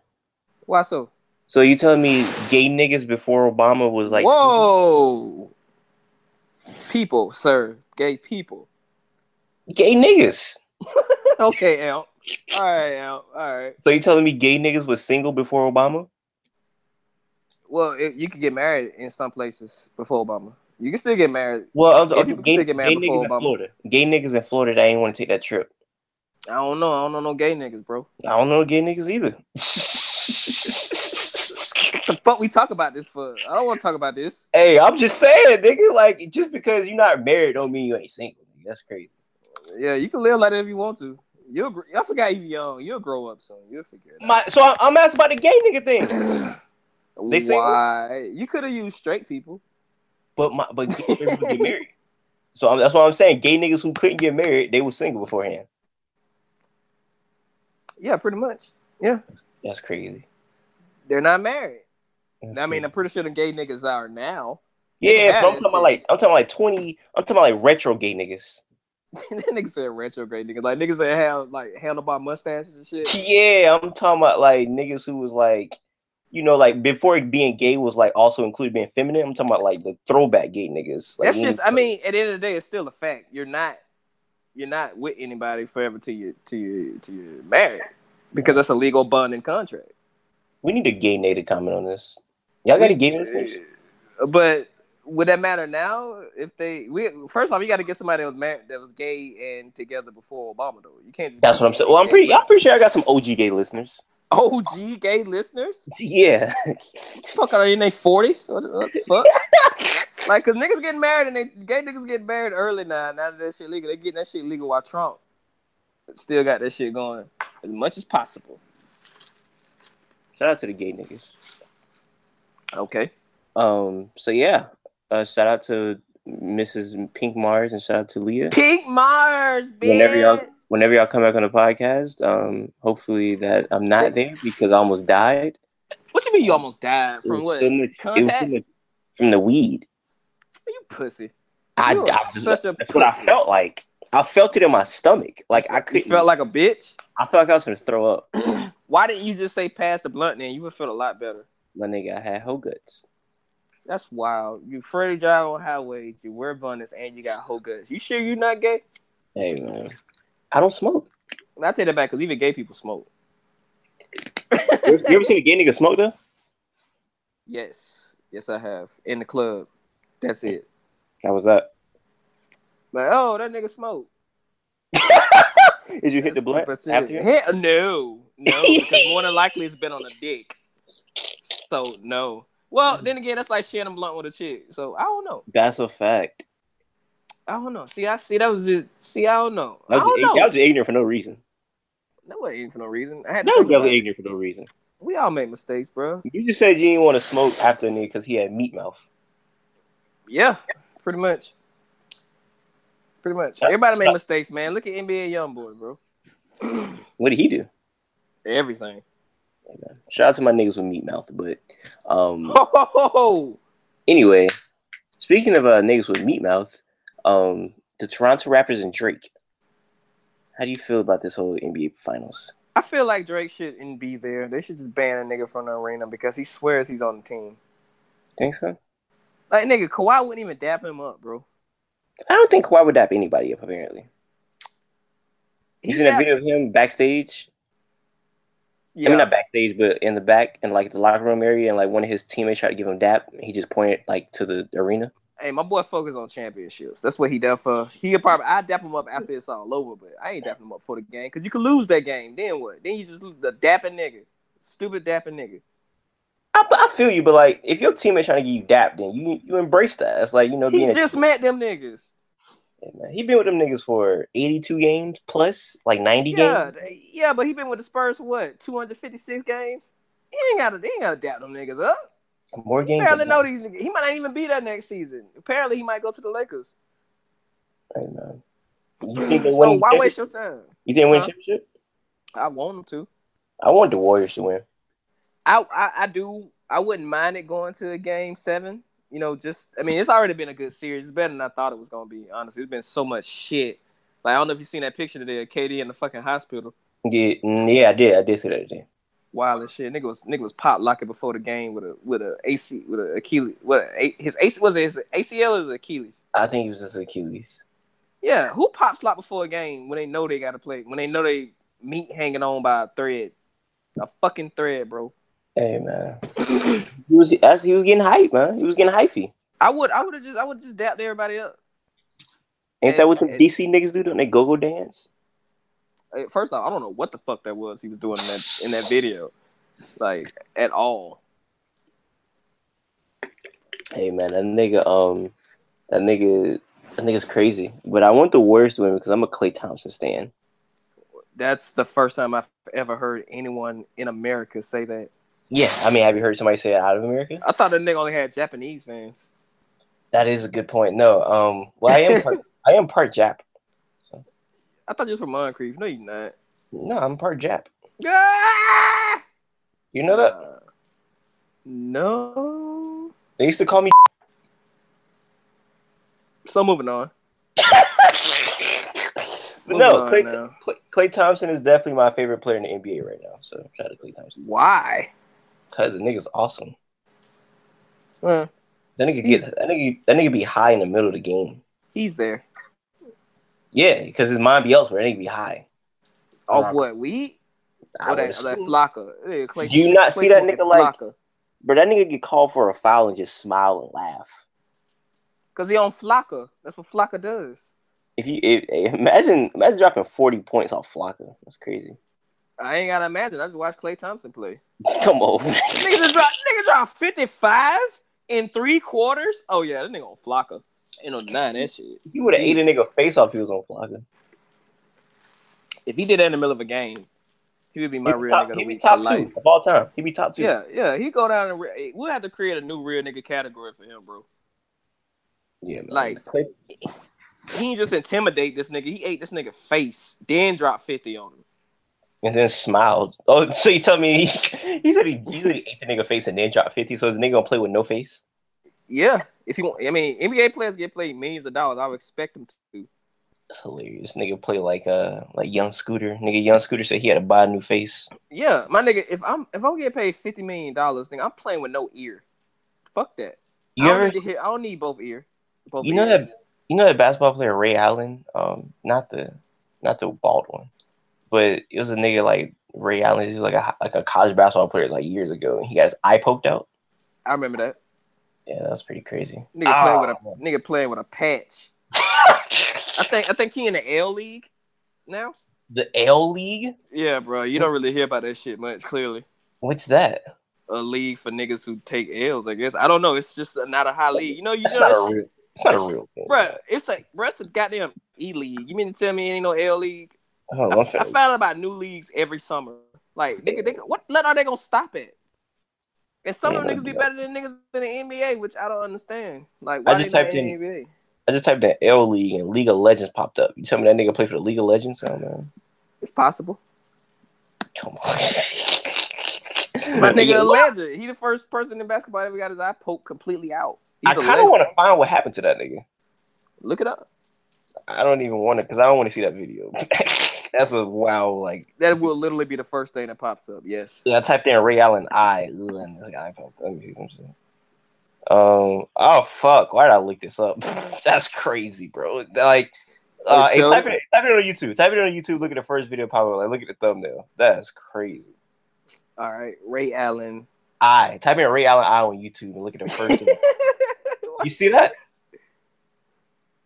S3: Why so?
S8: So you telling me gay niggas before Obama was like?
S3: whoa, people, sir, gay people.
S8: Gay niggas.
S3: okay, Amp. All right, Amp. All right.
S8: So you telling me gay niggas was single before Obama?
S3: Well, it, you could get married in some places before Obama. You can still get married.
S8: Well, I was,
S3: Gay
S8: okay,
S3: people
S8: gay,
S3: still get married
S8: gay
S3: before
S8: niggas in
S3: Obama.
S8: Florida. Gay niggas in Florida that ain't want to take that trip.
S3: I don't know. I don't know no gay niggas, bro.
S8: I don't know gay niggas either.
S3: The fuck we talk about this for? I don't want to talk about this.
S8: hey, I'm just saying, nigga. Like, just because you're not married don't mean you ain't single. That's crazy.
S3: Yeah, you can live like that if you want to. You'll. gr- I forgot you young. You'll grow up soon. You'll figure it out.
S8: My, so I, I'm asking about the gay nigga thing. They single?
S3: Why? You could have used straight people.
S8: But my but gay people get married. So I'm, that's what I'm saying. Gay niggas who couldn't get married, they were single beforehand.
S3: Yeah, pretty much.
S8: That's crazy.
S3: They're not married.
S8: That's
S3: I mean,
S8: crazy.
S3: I'm pretty sure the gay niggas are now.
S8: yeah,
S3: yeah,
S8: but I'm
S3: it's
S8: talking about
S3: just-
S8: like I'm talking about like twenty. I'm talking about like retro gay niggas.
S3: that niggas said retrograde niggas. Like niggas that have like handlebar mustaches and shit.
S8: Yeah, I'm talking about like niggas who was like, you know, like before being gay was like also included being feminine. I'm talking about like the throwback gay niggas. Like,
S3: That's
S8: when-
S3: just. I mean, at the end of the day, it's still a fact. You're not. You're not with anybody forever till you to you to you married because that's a legal bond and contract.
S8: we need a gay nigga to comment on this. Y'all got a gay listeners?
S3: But would that matter now if they? We first off, you got to get somebody that was married, that was gay and together before Obama. Though you can't. Just
S8: That's what I'm saying. Well, I'm pretty. I'm pretty sure I got some OG gay listeners.
S3: OG gay listeners.
S8: Yeah,
S3: Fuck, are you in their forties? What, the- what the fuck? like, cause niggas getting married and they gay niggas getting married early now. Now that that shit legal, they getting that shit legal while Trump still got that shit going as much as possible.
S8: shout out to the gay niggas.
S3: Okay.
S8: Um. So yeah, uh, shout out to Mrs. Pink Mars and shout out to Leah.
S3: Pink Mars, bitch.
S8: Whenever y'all, whenever y'all come back on the podcast, um, hopefully that I'm not there because I almost died
S3: What you mean you almost died
S8: It
S3: from what?
S8: was so much- it was so
S3: Contact?
S8: much from the weed.
S3: You pussy.
S8: I,
S3: You
S8: I
S3: are
S8: that's
S3: such a
S8: what I
S3: pussy.
S8: felt like. I felt it in my stomach. Like I
S3: You
S8: couldn't.
S3: felt like a bitch.
S8: I felt like I was gonna throw up.
S3: Why didn't you just say pass the blunt? Then you would feel a lot better.
S8: My nigga, I had hoe guts.
S3: That's wild. You Freddie drive on highways. You wear bunnies and you got hoe guts. You sure you not gay?
S8: Hey man, I don't smoke.
S3: I take that back because even gay people smoke.
S8: you ever- you ever seen a gay nigga smoke though?
S3: Yes, yes, I have in the club. That's it.
S8: How was that?
S3: Like, oh, that nigga smoke.
S8: Did you hit the blunt
S3: That's
S8: after?
S3: it. Hell, no, no, because more than likely it's been on a dick. So no. Well, then again, that's like sharing a blunt with a chick. So I don't know.
S8: That's a fact.
S3: I don't know. See, I see that was just see. I don't know. I
S8: That was,
S3: don't
S8: just, that was
S3: know.
S8: just ignorant for no reason.
S3: That wasn't for no reason. I had to
S8: That was
S3: think about
S8: definitely
S3: it.
S8: ignorant for no reason.
S3: We all make mistakes, bro.
S8: You just said you didn't want to smoke after a nigga because he had meat mouth.
S3: Yeah, pretty much. Pretty much. Everybody make mistakes, man. Look at NBA YoungBoy, bro.
S8: What did he do?
S3: Everything.
S8: Shout out to my niggas with meat mouth. But um,
S3: Ho, ho, ho, ho.
S8: anyway, speaking of uh, niggas with meat mouth, um, the Toronto Raptors and Drake. How do you feel about this whole NBA Finals?
S3: I feel like Drake shouldn't be there. They should just ban a nigga from the arena because he swears he's on the team.
S8: Think so?
S3: Like nigga, Kawhi wouldn't even dap him up, bro.
S8: I don't think Kawhi would dap anybody up. Apparently, you seen a
S3: dap-
S8: video of him backstage
S3: Yeah.
S8: I mean, not backstage, but in the back and like the locker room area, and like one of his teammates tried to give him dap. and He just pointed like to the arena.
S3: hey, my boy focus on championships. That's what he done for. He could probably I dap him up after it's all over, but I ain't dapping him up for the game because you could lose that game. Then what? Then you just lose the dapping nigga, stupid dapping nigga.
S8: I, I feel you, but like if your teammate trying to give you dap, then you you embrace that. It's like you know,
S3: He
S8: being
S3: just met them niggas.
S8: a, man, he been with them niggas for eighty two games plus, like ninety
S3: Yeah,
S8: games.
S3: they- yeah, but he been with the Spurs for what? Two hundred fifty six games. He ain't gotta. He ain't gotta dap them niggas up.
S8: More games.
S3: Apparently,
S8: than
S3: no,
S8: that.
S3: these niggas. He might not even be there next season. Apparently, he might go to the Lakers.
S8: Hey, man. You think they
S3: so
S8: win?
S3: why
S8: the
S3: waste
S8: championship?
S3: your time?
S8: You think they win
S3: huh?
S8: championship?
S3: I want him to.
S8: I want the Warriors to win.
S3: I, I I do. I wouldn't mind it going to a game seven. You know, just I mean, it's already been a good series. It's better than I thought it was gonna be. Honestly, it's been so much shit. Like I don't know if you seen that picture today of KD in the fucking hospital.
S8: Yeah, mm, yeah, I did. I did see that today.
S3: Wild as shit. Nigga was nigga was pop locking before the game with a with a AC with a Achilles. What a, his AC was it his ACL or his Achilles?
S8: I think it was just Achilles.
S3: Yeah, who pops lock before a game when they know they gotta play? When they know they meat hanging on by a thread, a fucking thread, bro.
S8: Hey man, he was as he was getting hype, man. He was getting hypey.
S3: I would, I would have just, I would just dapped everybody up.
S8: Ain't that what the
S3: And-
S8: DC niggas do? Don't they go go dance?
S3: Uh, First off, I don't know what the fuck that was he was doing in that in that video, like at all.
S8: Hey man, that nigga, um, that nigga, that nigga's crazy. But I want the Warriors to win because I'm a Clay Thompson stan.
S3: That's the first time I've ever heard anyone in America say that.
S8: Yeah, I mean, have you heard somebody say it out of America?
S3: I thought that nigga only had Japanese fans.
S8: That is a good point. No, um, well, I am part, I am part Jap.
S3: I thought you was from Moncrief. No, you not.
S8: No, I'm part Jap.
S3: Ah!
S8: You know that
S3: Uh, no.
S8: they used to call me.
S3: So moving on.
S8: But no,
S3: on
S8: Clay,
S3: now.
S8: Clay, Clay Thompson is definitely my favorite player in the NBA right now. So shout out to Clay Thompson
S3: Why?
S8: because the nigga's awesome.
S3: Huh.
S8: That nigga get that nigga that nigga be high in the middle of the game.
S3: he's there.
S8: Yeah, because his mind be elsewhere. That nigga be high.
S3: Off
S8: Flocka.
S3: what? Weed?
S8: I
S3: Or that,
S8: would
S3: or that
S8: assume.
S3: Flocka? Yeah, Clay-
S8: Do you not
S3: Clay
S8: see that
S3: smoking
S8: nigga like-
S3: Flocka.
S8: But that nigga get called for a foul and just smile and laugh.
S3: Cause he on Flocka. That's what Flocka does.
S8: If you if, if- imagine imagine dropping forty points off Flocka, that's crazy.
S3: I ain't gotta imagine. I just watched Clay Thompson play.
S8: Come on,
S3: Nigga just dropped. Nigga dropped fifty five in three quarters. Oh yeah, that nigga on Flocka. Ain't no nine that shit.
S8: you would have ate a
S3: Jeez.
S8: nigga face off. If he was on Flocka.
S3: If he did that in the middle of a game, he would be my
S8: He'd be
S3: real
S8: top,
S3: nigga of the
S8: he'd be
S3: week
S8: top
S3: for
S8: two
S3: life.
S8: of all time. He'd be top two.
S3: Yeah, yeah. He go down and re- we'll have to create a new real nigga category for him, bro.
S8: yeah. Man.
S3: Like-
S8: Clay,
S3: He ain't just intimidate this nigga. He ate this nigga face, then dropped fifty on him.
S8: and then smiled. Oh, so you tell me he, he said he, he said he ate the nigga face and then dropped fifty. So is the nigga gonna play with no face?
S3: Yeah, if you want, I mean, NBA players get paid millions of dollars. I would expect them to.
S8: That's hilarious. Nigga play like uh like young Scooter. Nigga young Scooter said he had to buy a new face.
S3: Yeah, my nigga, if I'm if I'm getting paid fifty million dollars, nigga, I'm playing with no ear. Fuck that.
S8: You
S3: I, don't
S8: ever
S3: need to hear, I don't need both ear. Both
S8: You know
S3: ears.
S8: that you know that basketball player Ray Allen, um, not the not the bald one, but it was a nigga like Ray Allen. He was like a like a college basketball player like years ago, and he got his eye poked out.
S3: I remember that
S8: Yeah, that was pretty crazy.
S3: nigga playing with a
S8: Ah.
S3: nigga playing with a patch. I think I think he in the L league now.
S8: the L League.
S3: Yeah, bro, you don't really hear about that shit much. Clearly,
S8: What's that?
S3: a league for niggas who take L's. I guess I don't know. It's just not a high league. You know, you
S8: That's
S3: know
S8: not
S3: that
S8: a
S3: shit-
S8: real. It's not a real thing,
S3: Bruh, It's like bruh, it's a goddamn E league. You mean to tell me ain't no L league?
S8: Hold
S3: I, I
S8: on, I'm finna-
S3: found out about new leagues every summer. Like, nigga, nigga what let are they gonna stop at? And some of them
S8: Yeah,
S3: niggas be
S8: yeah.
S3: better than niggas in the NBA, which I don't understand. Like,
S8: I
S3: why
S8: just
S3: they not
S8: typed
S3: in
S8: in-
S3: the NBA?
S8: I just typed in L League and League of Legends popped up. You tell me that nigga played for the League of Legends? I don't know.
S3: It's possible.
S8: Come on.
S3: My nigga,
S8: Yeah,
S3: a legend. He the first person in basketball that ever got his eye poked completely out.
S8: I
S3: He's a
S8: kind of
S3: legend.
S8: want to find what happened to that nigga.
S3: look it up.
S8: I don't even want to because I don't want to see that video. That's a wow. Like
S3: That will literally be the first thing that pops up. Yes.
S8: I typed in Ray Allen eye. Ugh, and it's like, I can't- Let me see something. Um. Oh fuck! Why did I look this up? That's crazy, bro. Like, uh,
S3: It
S8: hey, type,
S3: shows-
S8: it, type it on YouTube. Type it on YouTube. Look at the first video pop up. Like, look at the thumbnail. That's crazy.
S3: All right, Ray Allen.
S8: Eye. Type in Ray Allen eye on YouTube and look at the first. one. you see that?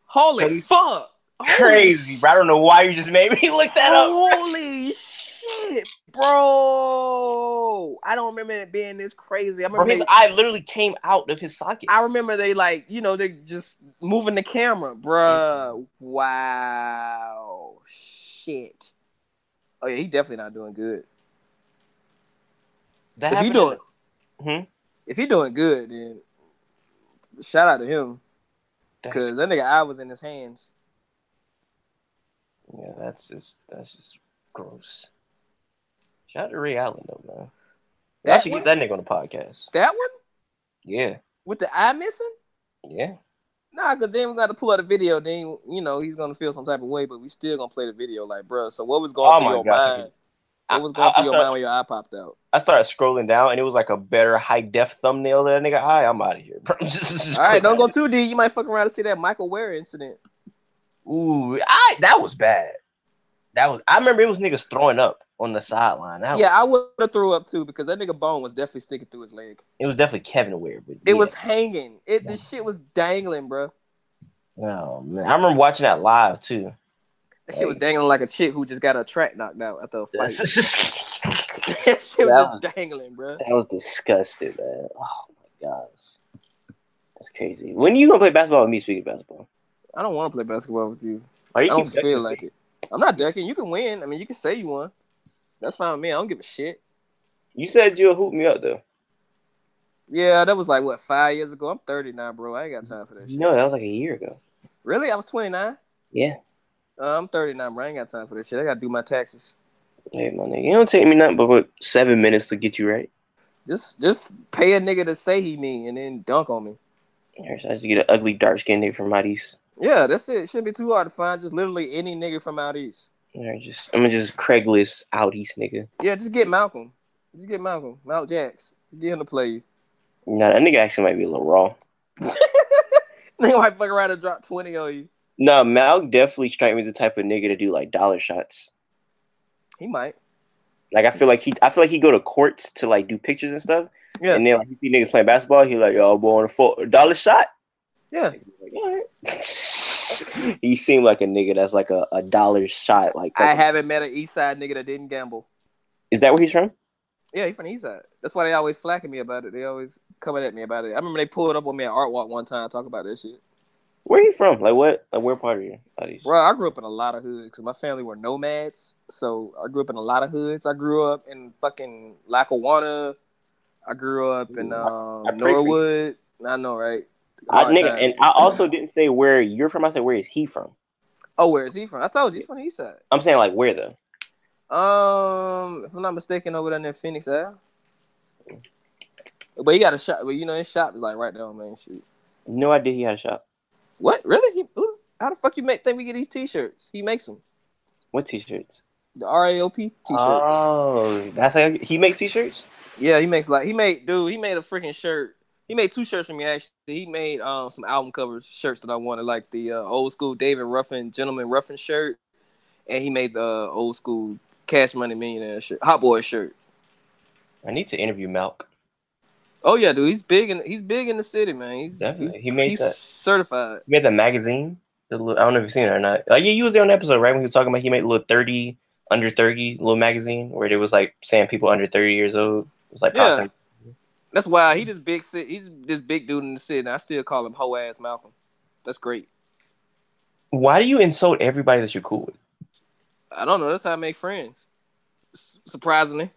S3: Holy fuck! Holy
S8: Crazy, bro. I don't know why you just made me look that up.
S3: Oh. Holy shit, bro! I don't remember it being this crazy. I
S8: Bro,
S3: remember,
S8: his
S3: they-
S8: eye literally came out of his socket.
S3: I remember they like you know they just moving the camera, bruh. Wow, shit. Oh yeah, he definitely not doing good.
S8: That
S3: if he
S8: happened in-
S3: doing,
S8: Hmm?
S3: if he doing good, then shout out to him
S8: That's
S3: because that nigga eye was in his hands.
S8: Yeah, that's just that's just gross. Shout out to Ray Allen though, man. I
S3: That
S8: should
S3: one,
S8: get that nigga on the podcast.
S3: that one
S8: Yeah,
S3: with the eye missing.
S8: yeah.
S3: Nah, cause then we got to pull out a video. Then you know he's gonna feel some type of way, but we still gonna play the video. Like, bruh, so what was going
S8: Oh
S3: through
S8: my
S3: your
S8: God.
S3: mind?
S8: I,
S3: What was going
S8: I- I
S3: through your
S8: started,
S3: mind when your eye popped out?
S8: I started scrolling down, and it was like a better high def thumbnail than that nigga. eye. I'm out of here, bro. just, just- just
S3: All right,
S8: click
S3: don't
S8: on
S3: go too deep. You might fuck around and see that Michael Ware incident.
S8: it. Ooh, I that was bad. That was. I remember it was niggas throwing up on the sideline. That
S3: yeah,
S8: was,
S3: I would have threw up too because that nigga bone was definitely sticking through his leg.
S8: it was definitely Kevin Ware. But
S3: It
S8: yeah.
S3: was hanging. It the shit was dangling, bruh.
S8: Oh man, I remember watching that live too.
S3: That shit was dangling like a chick who just got her track knocked out after a fight.
S8: that
S3: that shit was
S8: That was-
S3: just dangling, bruh.
S8: was disgusting, man. Oh my gosh, that's crazy. When are you gonna play basketball with me? Speaking of basketball,
S3: I don't want to play basketball with you.
S8: Why
S3: I
S8: you
S3: don't
S8: keep-
S3: feel like it. I'm not ducking. You can win. I mean, you can say you won. That's fine with me. I don't give a shit.
S8: You said you'll hoop me up though.
S3: Yeah, that was like what five years ago. I'm 39, bro. I ain't got time for that shit.
S8: No, that was like a year ago.
S3: Really? I was 29.
S8: Yeah.
S3: Uh, I'm 39, bro. I ain't got time for this shit. I gotta do my taxes.
S8: Hey, my nigga, it don't take me nothing but what, seven minutes to get you right.
S3: Just, just pay a nigga to say he mean and then dunk on me.
S8: I just get an ugly dark skin nigga from out east.
S3: Yeah, that's it. Shouldn't be too hard to find. Just literally any nigga from out east.
S8: I just, I'm gonna just Craigslist out east nigga.
S3: Yeah, just get Malcolm. Just get Malcolm. Mal Jacks. Just get him to play you.
S8: Nah, that nigga actually might be a little raw.
S3: Nigga might fuck around and drop 20 on you.
S8: No, Mal definitely strike me as the type of nigga to do like dollar shots.
S3: He might.
S8: Like I feel like he, I feel like he go to courts to like do pictures and stuff.
S3: Yeah.
S8: And then like, he see niggas playing basketball, he like, yo, boy, on a four dollar shot.
S3: Yeah.
S8: Like, all right. he seemed like a nigga that's like a, a dollar shot. Like
S3: I haven't met an east side nigga that didn't gamble.
S8: Is that where he's from?
S3: Yeah, he from the east side. That's why they always flacking me about it. They always coming at me about it. I remember they pulled up on me at Art Walk one time talking about that shit.
S8: Where he from? Like what? Like where part of you? Oh, Out east?
S3: Bro, I grew up in a lot of hoods because my family were nomads. So I grew up in a lot of hoods. I grew up in fucking Lackawanna. I grew up in
S8: Ooh,
S3: um,
S8: I pray for you.
S3: Norwood. I know, right?
S8: I,
S3: Hard
S8: nigga, and
S3: times.
S8: I also didn't say where you're from. I said where is he from?
S3: oh, where is he from? I told you he's from the east side.
S8: I'm saying like where though.
S3: Um, if I'm not mistaken, over there near Phoenix, yeah. But he got a shop. But you know his shop is like right there on Main Street.
S8: No idea he had a shop.
S3: What really? He, who- how the fuck you make think we get these T-shirts? He makes them.
S8: What t-shirts?
S3: The RAOP T-shirts.
S8: Oh, that's how he makes t-shirts.
S3: Yeah, he makes like he made dude. He made a freaking shirt. He made two shirts for me actually. He made um some album covers shirts that I wanted, like the uh, old school David Ruffin Gentleman Ruffin shirt, and he made the uh, old school Cash Money Millionaire shirt, Hot Boy shirt.
S8: I need to interview Malk.
S3: Oh yeah, dude, he's big in he's big in the city, man. He's
S8: Definitely, he
S3: he's,
S8: made
S3: he's
S8: that.
S3: certified.
S8: He made the magazine. The little, I don't know if you've seen it or not. Uh, yeah, you was there on the episode, right? When he was talking about he made a little thirty under thirty little magazine where it was like saying people under thirty years old. It was like
S3: Yeah.
S8: yeah.
S3: That's why he this big city. He's this big dude in the city. And I still call him hoe ass Malcolm. That's great.
S8: Why do you insult everybody that you're cool with?
S3: I don't know. That's how I make friends. S- surprisingly.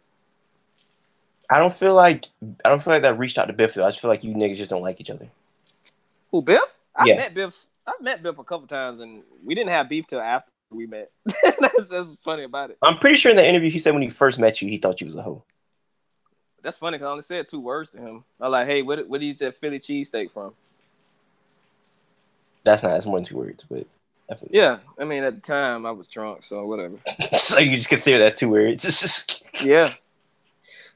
S8: I don't feel like I don't feel like that reached out to Biff. though. I just feel like you niggas just don't like each other.
S3: Who Biff? I
S8: Yeah.
S3: met Biff. I've met Biff a couple times, and we didn't have beef till after we met. that's that's funny about it.
S8: I'm pretty sure in the interview he said when he first met you he thought you was a hoe.
S3: That's funny because I only said two words to him. I like, hey, what what do you get that Philly cheesesteak from?
S8: That's not that's more than two words, but I feel-
S3: Yeah, I mean at the time I was drunk, so whatever.
S8: so you just consider that two words. It's just
S3: Yeah,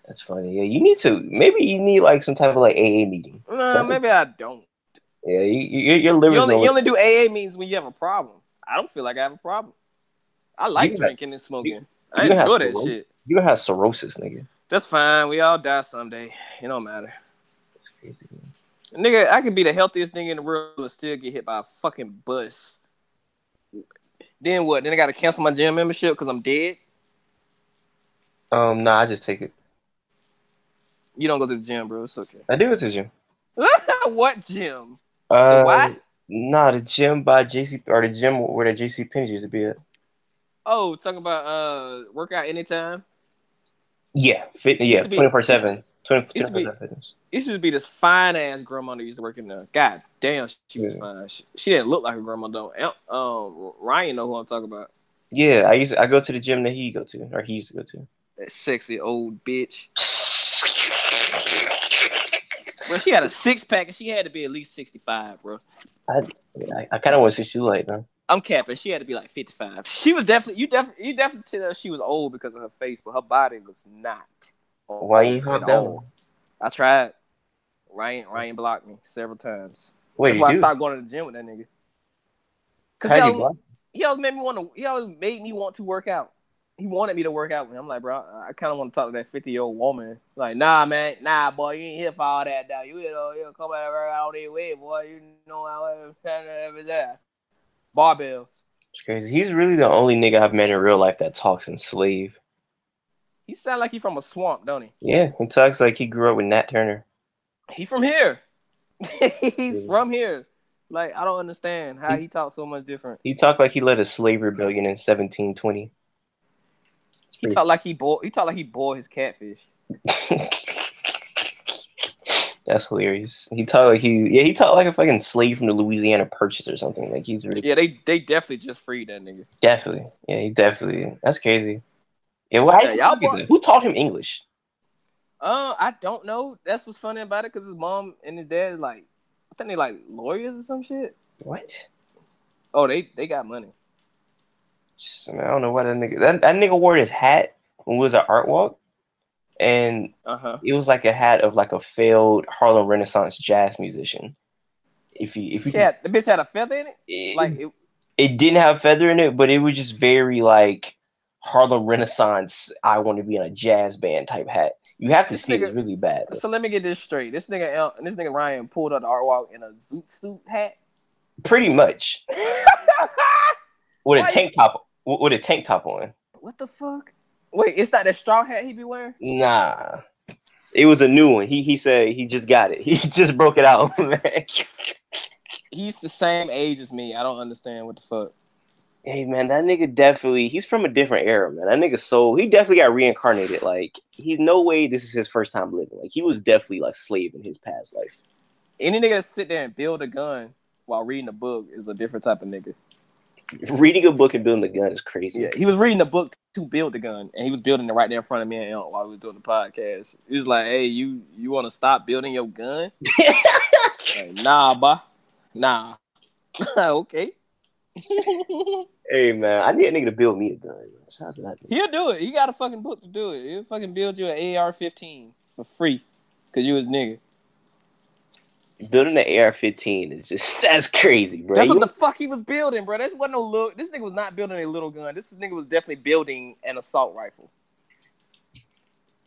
S8: that's funny. Yeah, you need to maybe you need like some type of like AA meeting.
S3: nah, maybe I don't.
S8: Yeah, you, you, your liver's
S3: You only
S8: going-
S3: you only do AA meetings when you have a problem. I don't feel like I have a problem. I like
S8: You got-
S3: drinking and smoking. I
S8: you gonna have
S3: enjoy that
S8: cirrhosis.
S3: shit.
S8: You gonna have cirrhosis, nigga.
S3: That's fine. We all die someday. It don't matter.
S8: That's crazy. man.
S3: Nigga, I could be the healthiest nigga in the world and still get hit by a fucking bus. Then what? Then I gotta cancel my gym membership because I'm dead.
S8: Um, nah, I just take it.
S3: You don't go to the gym, bro. It's okay.
S8: I do it to the gym.
S3: what gym? The
S8: Uh,
S3: what?
S8: Nah, the gym by JC or the gym where the JC Penney used to be at.
S3: Oh, talking about uh workout anytime.
S8: Yeah, fit, yeah,
S3: to be-
S8: twenty four seven, twenty
S3: used
S8: four
S3: to be-
S8: seven fitness.
S3: It used to be this fine ass grandmother used to work in there. God damn, she was
S8: Yeah.
S3: fine. She, she didn't look like her grandma though. Um, Um, Ryan know who I'm talking about.
S8: Yeah, I used to, I go to the gym that he go to or he used to go to.
S3: That sexy old bitch. Bro, she had a six pack and she had to be at least sixty five, bro.
S8: Yeah, I, I kind of want to see you like though.
S3: I'm capping. She had to be like 55. She was definitely you. Definitely you definitely tell she was old because of her face, but her body was not.
S8: Why you
S3: at
S8: hop down?
S3: all. I tried. Ryan Ryan blocked me several times.
S8: Wait,
S3: That's
S8: you
S3: why I
S8: do?
S3: stopped going to the gym with that nigga. Cause
S8: How'd
S3: he
S8: you
S3: always,
S8: block?
S3: he always made me want to. He always made me want to work out. He wanted me to work out, and I'm like, bro, I, I kind of want to talk to that 50 year old woman. Like, nah, man, nah, boy, you ain't here for all that, dog. You here, though, you come out there all day way, boy. You know how that. Barbells.
S8: It's crazy. He's really the only nigga I've met in real life that talks in slave.
S3: He sound like he from a swamp, don't he?
S8: Yeah, he talks like he grew up with Nat Turner.
S3: He from here. He's
S8: Yeah.
S3: from here. Like I don't understand how he talks so much different.
S8: He talked like he led a slave rebellion in 1720. It's
S3: He talk like he boiled. He talk like he boiled his catfish.
S8: That's hilarious. He talked like he yeah he talked like a fucking slave from the Louisiana Purchase or something. Like he's really
S3: Yeah, they they definitely just freed that nigga.
S8: definitely yeah he definitely that's crazy. Yeah, why is
S3: Yeah, y'all
S8: he
S3: want-
S8: who taught him English?
S3: Uh, I don't know. That's what's funny about it because his mom and his dad like, I think they like lawyers or some shit.
S8: What?
S3: Oh, they they got money.
S8: Just- I, mean, I don't know why that nigga that, that nigga wore his hat when we was at art walk, and
S3: Uh huh.
S8: it was like a hat of like a failed Harlem Renaissance jazz musician. If you if eh, you
S3: She had the bitch had a feather in it.
S8: it,
S3: Like it,
S8: it didn't have feather in it, but it was just very like Harlem Renaissance. I want to be in a jazz band type hat. You have to
S3: This
S8: see it.
S3: nigga-
S8: It's really bad.
S3: so let me get this straight. This nigga El- this nigga Ryan pulled up the art walk in a zoot suit hat.
S8: Pretty much with a
S3: Why-
S8: tank top w- with a tank top on.
S3: what the fuck? Wait, it's not that straw hat he be wearing?
S8: Nah. It was a new one. He he said he just got it. He just broke it out. man.
S3: He's the same age as me. I don't understand what the fuck.
S8: hey man, that nigga definitely he's from a different era, man. That nigga soul, he definitely got reincarnated. Like he's no way this is his first time living. Like he was definitely like slave in his past life.
S3: Any nigga that sit there and build a gun while reading a book is a different type of nigga.
S8: Reading a book and building a gun is crazy.
S3: Yeah, he was reading a book to build the gun, and he was building it right there in front of me and Elk while we was doing the podcast. He was like, "Hey, you you want to stop building your gun? Like, nah, ba, nah. okay,
S8: Hey man, I need a nigga to build me a gun. man. Shout out to that nigga.
S3: he'll do it. He got a fucking book to do it. He'll fucking build you an AR-15 for free because you was nigga.
S8: Building an AR-15 is just that's crazy, bro.
S3: That's
S8: You-
S3: what the fuck he was building, bro. This wasn't no little. This nigga was not building a little gun. This nigga was definitely building an assault rifle.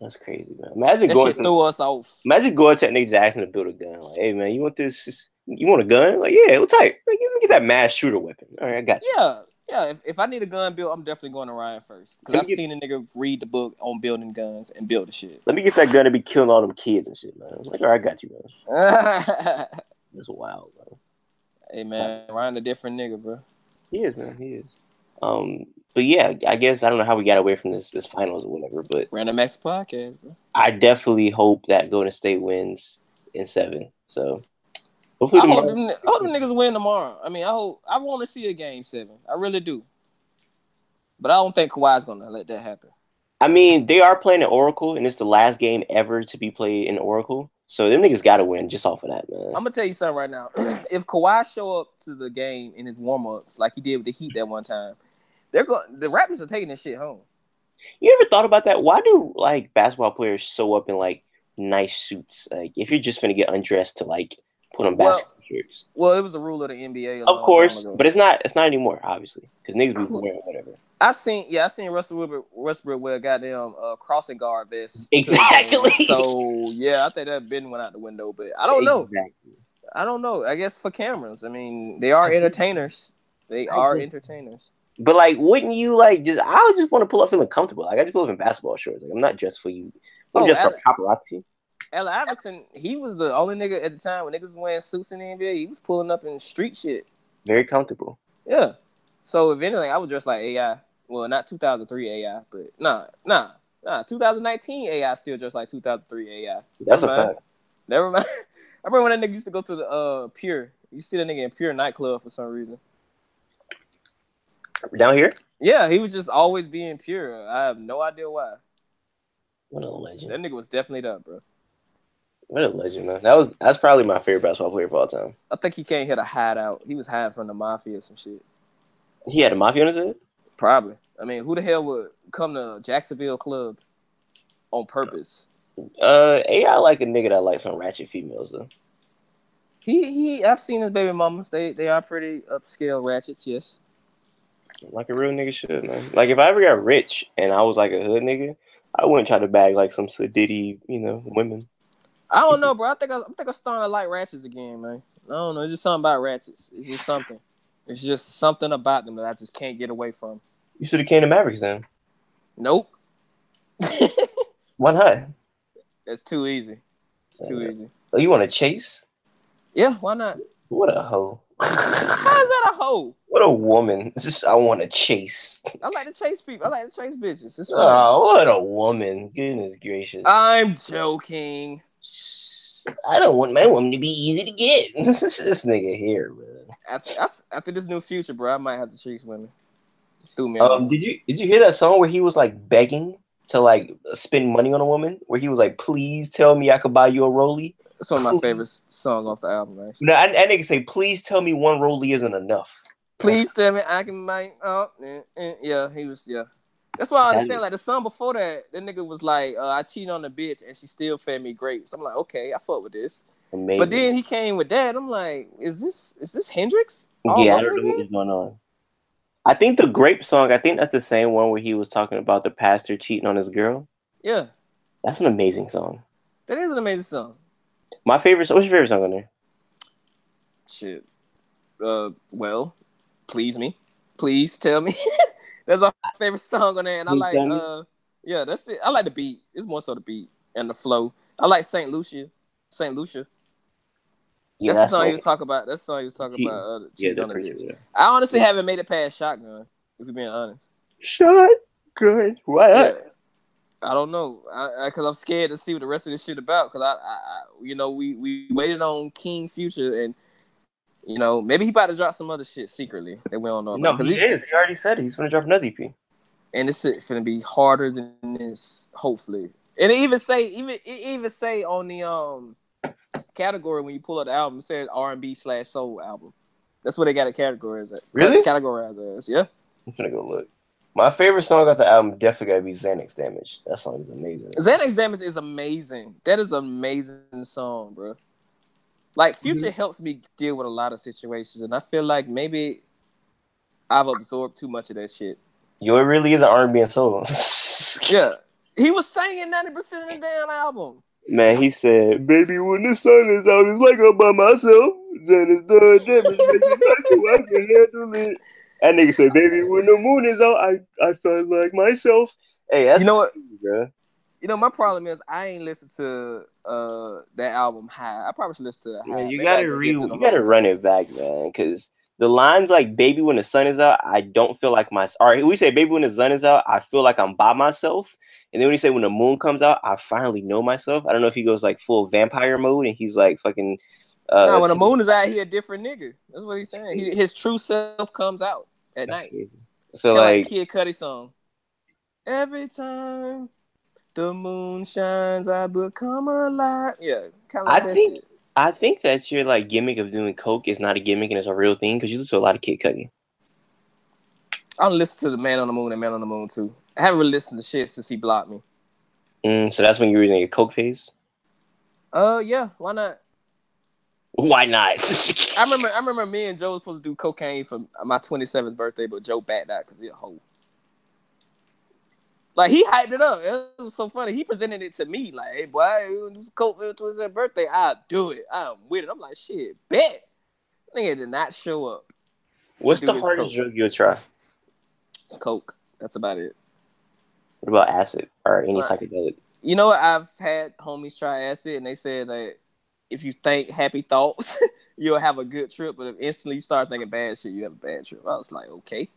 S8: that's crazy, man. Imagine
S3: That
S8: going
S3: shit
S8: to,
S3: threw us off.
S8: imagine going to that nigga to ask him to build a gun. Like, hey man, you want this? You want a gun? Like, yeah, what type? Like, you get that mass shooter weapon. All right, I got you.
S3: Yeah, yeah. If, if I need a gun built, I'm definitely going to Ryan first because
S8: Let me
S3: I've
S8: get-
S3: seen a nigga read the book on building guns and build the shit.
S8: Let me get that gun to be killing all them kids and shit, man. I'm like, all right, I got you, man.
S3: hey
S8: That's wild, bro.
S3: man, Ryan a different nigga, bro.
S8: He is, man. He is. Um, but yeah, I guess I don't know how we got away from this this finals or whatever, but
S3: Random X podcast, bro.
S8: I definitely hope that Golden State wins in seven. So hopefully
S3: I hope,
S8: tomorrow.
S3: them, I hope them niggas win tomorrow. I mean, I hope I want to see a game seven. I really do. But I don't think Kawhi's gonna let that happen.
S8: I mean, they are playing at Oracle, and it's the last game ever to be played in Oracle. So them niggas got to win just off of that, man.
S3: I'm gonna tell you something right now. if Kawhi show up to the game in his warm ups like he did with the Heat that one time, they're going. The Raptors are taking this shit home.
S8: You ever thought about that? Why do like basketball players show up in like nice suits? Like if you're just gonna get undressed to like put on
S3: Well,
S8: basketball shirts,
S3: Well, it was a rule of the NBA. a long
S8: of course.
S3: time ago.
S8: But it's not. It's not anymore, obviously, because niggas be
S3: Cool.
S8: wearing whatever.
S3: I've seen, yeah, I've seen Russell Westbrook, Westbrook wear a goddamn uh, crossing guard vest. to the
S8: Exactly.
S3: game. So yeah, I think that been went out the window. But I don't know.
S8: Exactly.
S3: I don't know. I guess for cameras. I mean, they are entertainers. They
S8: I
S3: are
S8: guess.
S3: entertainers.
S8: But like, wouldn't you like just? I would just want to pull up feeling comfortable. Like I just pull up in basketball shorts. Like I'm not just for you. I'm
S3: Oh,
S8: just for paparazzi.
S3: Allen Iverson, he was the only nigga at the time when niggas was wearing suits in the NBA. He was pulling up in street shit.
S8: Very comfortable.
S3: Yeah. So if anything, I was dressed like AI. Well, not 2003 AI, but nah, nah, nah. 2019 AI still dressed like 2003 AI.
S8: That's a
S3: Alright.
S8: fact.
S3: Never mind. I remember when that nigga used to go to the uh Pure. You see that nigga in Pure nightclub for some reason.
S8: Down here.
S3: Yeah, he was just always being pure. I have no idea why.
S8: What a legend.
S3: That nigga was definitely done, bro.
S8: What a legend, man. That was that's probably my favorite basketball player of all time.
S3: I think he came here to hide out. He was hiding from the mafia or some shit.
S8: He had a mafia on his head.
S3: Probably. I mean, who the hell would come to Jacksonville club on purpose?
S8: Uh, AI like a nigga that likes some ratchet females though.
S3: He he. I've seen his baby mamas. They they are pretty upscale ratchets. Yes.
S8: Like a real nigga should, man. Like if I ever got rich and I was like a hood nigga, I wouldn't try to bag like some sedity, you know, women.
S3: I don't know, bro. I think I, I think I'm starting to like ratchets again, man. I don't know. It's just something about ratchets. It's just something. It's just something about them that I just can't get away from.
S8: You should have came to Mavericks then.
S3: Nope.
S8: Why not?
S3: That's too easy. It's too easy.
S8: Oh, you want to chase?
S3: Yeah, why not?
S8: What a hoe.
S3: How is that a hoe?
S8: What a woman. It's just I want to chase.
S3: I like to chase people. I like to chase bitches. It's fine.
S8: Oh, what a woman. Goodness gracious.
S3: I'm joking.
S8: I don't want my woman to be easy to get. this nigga here, man.
S3: After, I s- after this new future, bro, I might have to chase women. Through me.
S8: Um, did you did you hear that song where he was like begging to like spend money on a woman? Where he was like, "Please tell me I could buy you a rollie."
S3: it's one of my favorite songs off the album, actually.
S8: No, I, I nigga say, "Please tell me one rollie isn't enough."
S3: Please tell me I can make up. eh, eh, Yeah, he was. Yeah, that's why I
S8: That-
S3: understand. Like the song before that, that nigga was like, uh, "I cheated on the bitch and she still fed me grapes." I'm like, okay, I fuck with this.
S8: Amazing.
S3: But then he came with that. I'm like, is this is this Hendrix? all
S8: yeah, I
S3: over
S8: don't know what
S3: again?
S8: was going on. I think the grape song. I think that's the same one where he was talking about the pastor cheating on his girl.
S3: Yeah,
S8: That's an amazing song.
S3: that is an amazing song.
S8: My favorite. What's your favorite song on there?
S3: Shit. Uh, well, please me, please tell me. that's my favorite song on there, and I
S8: Please
S3: like.
S8: tell me.
S3: Uh, yeah, that's it. I like the beat. It's more so the beat and the flow. I like Saint Lucia. Saint Lucia.
S8: Yeah,
S3: that's the song
S8: my-
S3: he was talking about. That's the song he was talking
S8: Cheating.
S3: about. Uh,
S8: Yeah,
S3: cheating
S8: that's
S3: on the
S8: pretty
S3: bitch.
S8: good.
S3: I honestly haven't made it past Shotgun, if we're being honest.
S8: Shotgun. Why?
S3: Yeah.
S8: not?
S3: I don't know, I because I, am scared to see what the rest of this shit about. Because I, I, I, you know, we we waited on King Future, and you know, maybe he about to drop some other shit secretly that we don't know
S8: No,
S3: about. 'Cause
S8: he
S3: he-
S8: is. He already said it. He's gonna drop another E EP.
S3: and this shit finna be harder than this, hopefully. And it even say, even it even say on the um category when you pull up the album, it says R and B slash soul album. That's what they got it categorized at.
S8: Really?
S3: Categorized as, yeah.
S8: I'm gonna go look. My favorite song off the album definitely gotta be Xanax Damage. That song is amazing.
S3: Xanax Damage is amazing. That is an amazing song, bro. Like
S8: Mm-hmm.
S3: Future helps me deal with a lot of situations, and I feel like maybe I've absorbed too much of that shit.
S8: Yo, it really is an R&B and soul.
S3: Yeah, he was singing ninety percent of the damn album.
S8: Man, he said, "Baby, when the sun is out, it's like I'm by myself. Xanax done damage. Baby, not you, I can handle it." That nigga said, "Baby, when the moon is out, I I felt like myself." Hey, that's
S3: You know what?
S8: crazy, bro.
S3: You know my problem is I ain't listened to uh that album high. I probably should listen to it high.
S8: Man, you
S3: Maybe I
S8: gotta
S3: can get
S8: re,
S3: to the
S8: you gotta
S3: whole-
S8: run it back, man, because the lines like "Baby, when the sun is out, I don't feel like my." All right, we say "Baby, when the sun is out, I feel like I'm by myself," and then when he say "When the moon comes out, I finally know myself." I don't know if he goes like full vampire mode and he's like fucking. Uh,
S3: Nah, when the moon is out, he a different nigga. That's what he's saying. He, his true self comes out at
S8: That's
S3: night.
S8: crazy. So
S3: Kinda like,
S8: like,
S3: the Kid Cudi song. Every time the moon shines, I become alive. Yeah, kind of. Like
S8: I
S3: that
S8: think-
S3: shit.
S8: I think that your like gimmick of doing coke is not a gimmick and it's a real thing because you listen to a lot of Kid Cudi.
S3: I don't listen to the Man on the Moon and Man on the Moon too. I haven't really listened to shit since he blocked me.
S8: Mm, so that's when you were in your coke phase.
S3: Uh, yeah, why not?
S8: Why not?
S3: I remember, I remember me and Joe was supposed to do cocaine for my 27th birthday, but Joe backed out because he a hoe. Like he hyped it up. It was so funny. He presented it to me like, "Hey, boy, you wanna do some coke for your 27th birthday? I'll do it. I'm with it." I'm like, "Shit, bet." Nigga did not show up.
S8: What's
S3: do
S8: the
S3: is
S8: hardest
S3: coke.
S8: drug you'll try?
S3: Coke. That's about it.
S8: What about acid or any
S3: Right.
S8: psychedelic?
S3: You know what? I've had homies try acid, and they said that if you think happy thoughts, you'll have a good trip. But if instantly you start thinking bad shit, you have a bad trip. I was like, okay.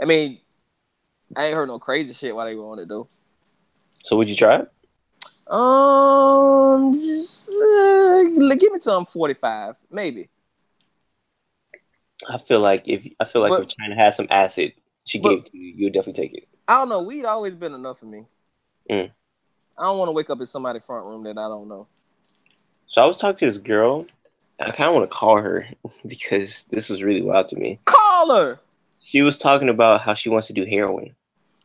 S3: I mean, I ain't heard no crazy shit while they were on it though.
S8: So would you try it?
S3: Um, just, uh, give me till I'm 45, maybe.
S8: I feel like if I feel like
S3: But-
S8: if China had some acid, she
S3: but-
S8: gave it to you, you'll definitely take it.
S3: I don't know. Weed always been enough for me.
S8: Mm.
S3: I don't want to wake up in somebody's front room that I don't know.
S8: So I was talking to this girl. I kind of want to call her because this was really wild to me.
S3: Call her.
S8: She was talking about how she wants to do heroin.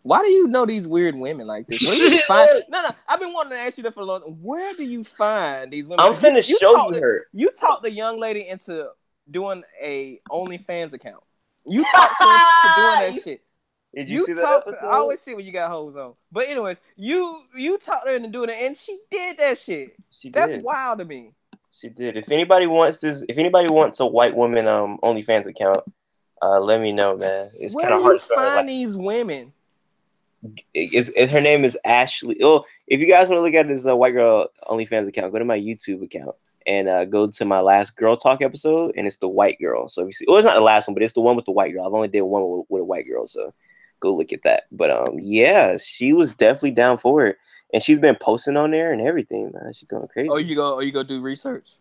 S3: Why do you know these weird women like this? Where do you find- no, no, I've been wanting to ask you that for a long. Where do you find these women?
S8: I'm finna
S3: you
S8: show
S3: talked
S8: you
S3: to-
S8: her.
S3: You talked the young lady into doing a OnlyFans account. You talked her into doing that shit.
S8: Did
S3: You, talked. I always see when you got hoes on. But anyways, you you talked her into doing it, and she did that shit.
S8: She
S3: That's
S8: did.
S3: wild to me.
S8: She did. If anybody wants this, if anybody wants a white woman um OnlyFans account, uh, let me know, man. It's
S3: Where
S8: kind of
S3: do you
S8: hard to find.
S3: find
S8: Like,
S3: these women?
S8: it's, it's, her name is Ashley. Oh, if you guys want to look at this uh, white girl OnlyFans account, go to my YouTube account. and uh, go to my last girl talk episode, and it's the white girl. So if you see, well, it's not the last one, but it's the one with the white girl. I've only did one with, with a white girl, so go look at that. But um, yeah, she was definitely down for it, and she's been posting on there and everything. Man, she's going crazy.
S3: Oh, you go. Oh, you go do research.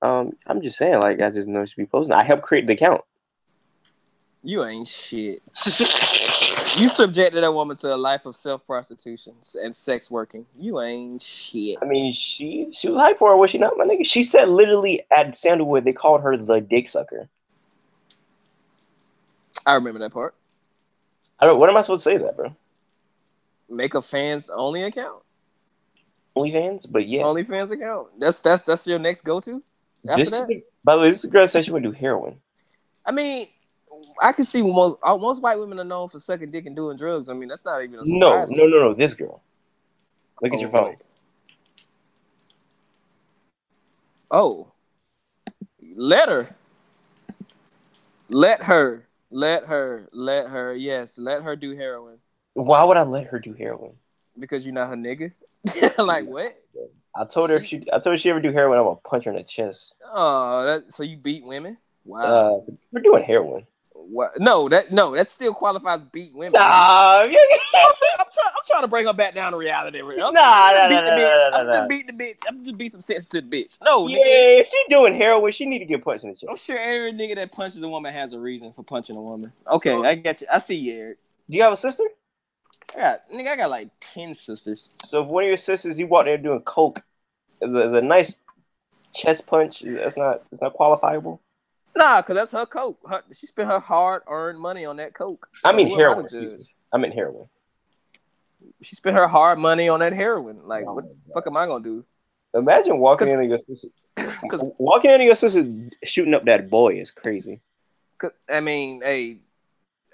S8: Um, I'm just saying, like, I just know she be posting. I helped create the account.
S3: You ain't shit. you subjected that woman to a life of self prostitution and sex working. You ain't shit.
S8: I mean, she she was hype for it, was she not, my nigga? She said literally at Sandalwood they called her the dick sucker.
S3: I remember that part.
S8: I don't. What am I supposed to say to that, bro?
S3: Make a fans only account.
S8: OnlyFans, but yeah,
S3: Only fans account. That's that's that's your next go to. After
S8: this.
S3: that,
S8: By the way, this girl said she would do heroin.
S3: I mean, I can see most uh, most white women are known for sucking dick and doing drugs. I mean, that's not even a
S8: No,
S3: surprise.
S8: no, no, no. This girl. Look at your
S3: Oh,
S8: phone.
S3: Oh, let her. Let her. Let her. Let her. Yes, let her do heroin
S8: Why would I let her do heroin?
S3: because you're not her nigga. like what?
S8: I told her if she, I told her if she ever do heroin, I'm gonna punch her in the chest.
S3: Oh, that, so you beat women? Wow.
S8: Uh, we're doing heroin.
S3: Wha- No, that no, that still qualifies beat women.
S8: Nah, yeah, yeah.
S3: I'm, try- I'm try- I'm trying to bring her back down to reality. I'm
S8: Nah,
S3: just gonna
S8: nah,
S3: beat
S8: nah,
S3: the
S8: nah,
S3: bitch.
S8: nah,
S3: I'm
S8: nah,
S3: just
S8: nah.
S3: beat the bitch. I'm just be some sense to the bitch. No,
S8: yeah.
S3: nigga.
S8: If she doing heroin, she need to get punched in the
S3: I'm
S8: chest.
S3: sure every nigga that punches a woman has a reason for punching a woman. Okay,
S8: So-
S3: I got you. I see you, Eric.
S8: Do you have a sister?
S3: I got nigga, I got like ten sisters.
S8: So if one of your sisters you walk there doing coke, is a, is a nice chest punch. That's not that's not qualifiable.
S3: Nah, cause that's her coke. Her, she spent her hard earned money on that coke.
S8: I mean
S3: Who am I to
S8: heroin,
S3: judge?
S8: excuse I'm in heroin.
S3: She spent her hard money on that heroin. Like,
S8: Oh
S3: what
S8: my
S3: the fuck am I gonna do?
S8: Imagine walking
S3: 'Cause-
S8: into your sister,
S3: 'cause-
S8: walking into your sister shooting up that boy is crazy.
S3: 'Cause, I mean, hey,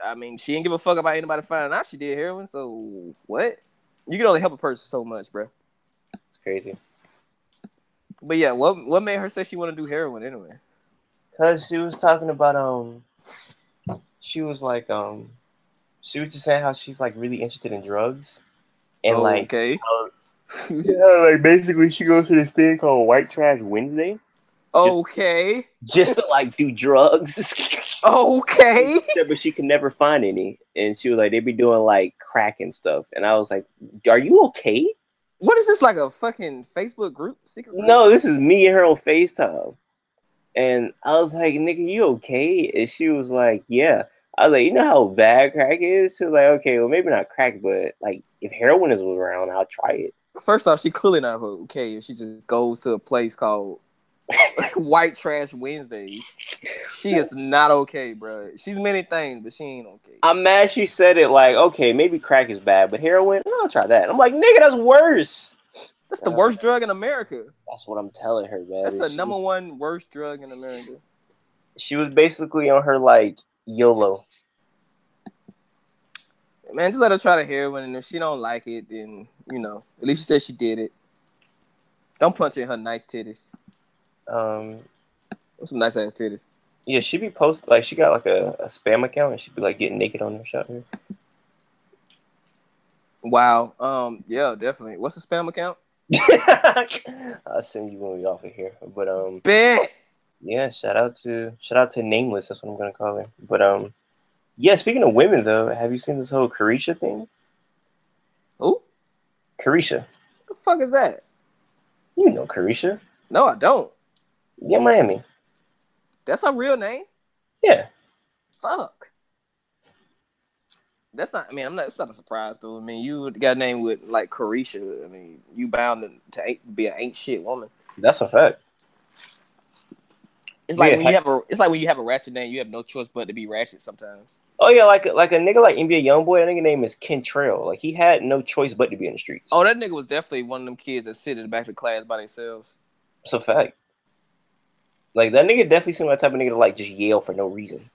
S3: I mean, she didn't give a fuck about anybody finding out she did heroin. So what? You can only help a person so much, bro.
S8: It's crazy.
S3: But yeah, what what made her say she want to do heroin anyway?
S8: Cause she was talking about um, she was like um, she was just saying how she's like really interested in drugs, and
S3: Oh,
S8: like
S3: okay.
S8: yeah, like basically she goes to this thing called White Trash Wednesday
S3: okay.
S8: just to like do drugs.
S3: Okay.
S8: She said, but she could never find any, and she was like, they be doing like crack and stuff, and I was like, are you okay?
S3: What is this like a fucking Facebook group secret? Group?
S8: No, this is me and her on FaceTime. And I was like, nigga, you okay? And she was like, yeah. I was like, you know how bad crack is? She was like, okay, well, maybe not crack, but like, if heroin is around, I'll try it.
S3: First off, she clearly not okay if she just goes to a place called White Trash Wednesdays. She is not okay, bro. She's many things, but she ain't okay.
S8: I'm mad she said it like, okay, maybe crack is bad, but heroin, I'll try that. I'm like, nigga, that's worse.
S3: That's the worst drug in America.
S8: That's what I'm telling her, man.
S3: That's
S8: And
S3: the
S8: she-
S3: number one worst drug in America.
S8: She was basically on her like YOLO.
S3: Man, just let her try the heroin, and if she don't like it, then you know, at least she said she did it. Don't punch in her nice titties.
S8: Um,
S3: Those some nice ass titties.
S8: yeah, she be post like she got like a, a spam account and she be like getting naked on her shot here.
S3: Wow. Um. Yeah. Definitely. What's the spam account?
S8: I'll send you when we off of here. But um
S3: Bet.
S8: yeah, shout out to shout out to Nameless, that's what I'm gonna call her. But um yeah, speaking of women though, have you seen this whole Carisha thing?
S3: Ooh.
S8: Carisha.
S3: The fuck is that?
S8: You know Carisha.
S3: No, I don't.
S8: Yeah, Miami.
S3: That's her real name.
S8: Yeah.
S3: Fuck. That's not. I mean, I'm not. It's not a surprise though. I mean, you got a name with like Carisha. I mean, you bound to, to ain't- be an ain't shit woman.
S8: That's a fact.
S3: It's like
S8: Yeah,
S3: when you have a. It's like when you have a ratchet name, you have no choice but to be ratchet sometimes.
S8: Oh yeah, like like a nigga like NBA Youngboy, I think his name is Kentrell. Like he had no choice but to be in the streets.
S3: Oh, that nigga was definitely one of them kids that sit in the back of class by themselves.
S8: It's a fact. Like that nigga definitely seemed like the type of nigga to like just yell for no reason.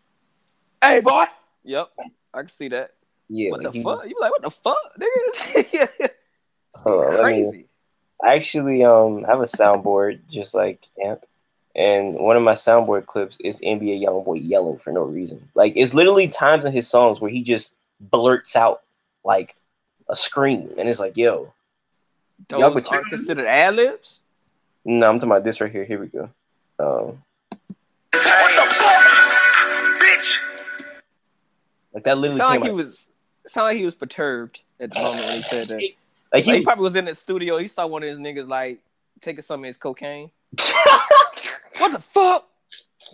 S3: Hey, boy. Yep, I can see that.
S8: Yeah.
S3: what
S8: like,
S3: the
S8: he-
S3: fuck? You like what the fuck, nigga?
S8: Hold on, let me-
S3: Crazy.
S8: I actually um have a soundboard just like Amp, and one of my soundboard clips is NBA YoungBoy yelling for no reason. Like it's literally times in his songs where he just blurts out like a scream, and it's like, yo,
S3: Those
S8: Y'all be
S3: aren't considered ad libs.
S8: No, I'm talking about this right here. Here we go. Um,
S4: What the fuck? Bitch.
S8: like that
S3: It
S8: literally
S3: sounded
S8: came
S3: like he
S8: out-
S3: was it sounded like he was perturbed at the moment when he said that.
S8: like
S3: Like, he
S8: he,
S3: probably was in the studio. He saw one of his niggas like taking some of his cocaine. what the fuck,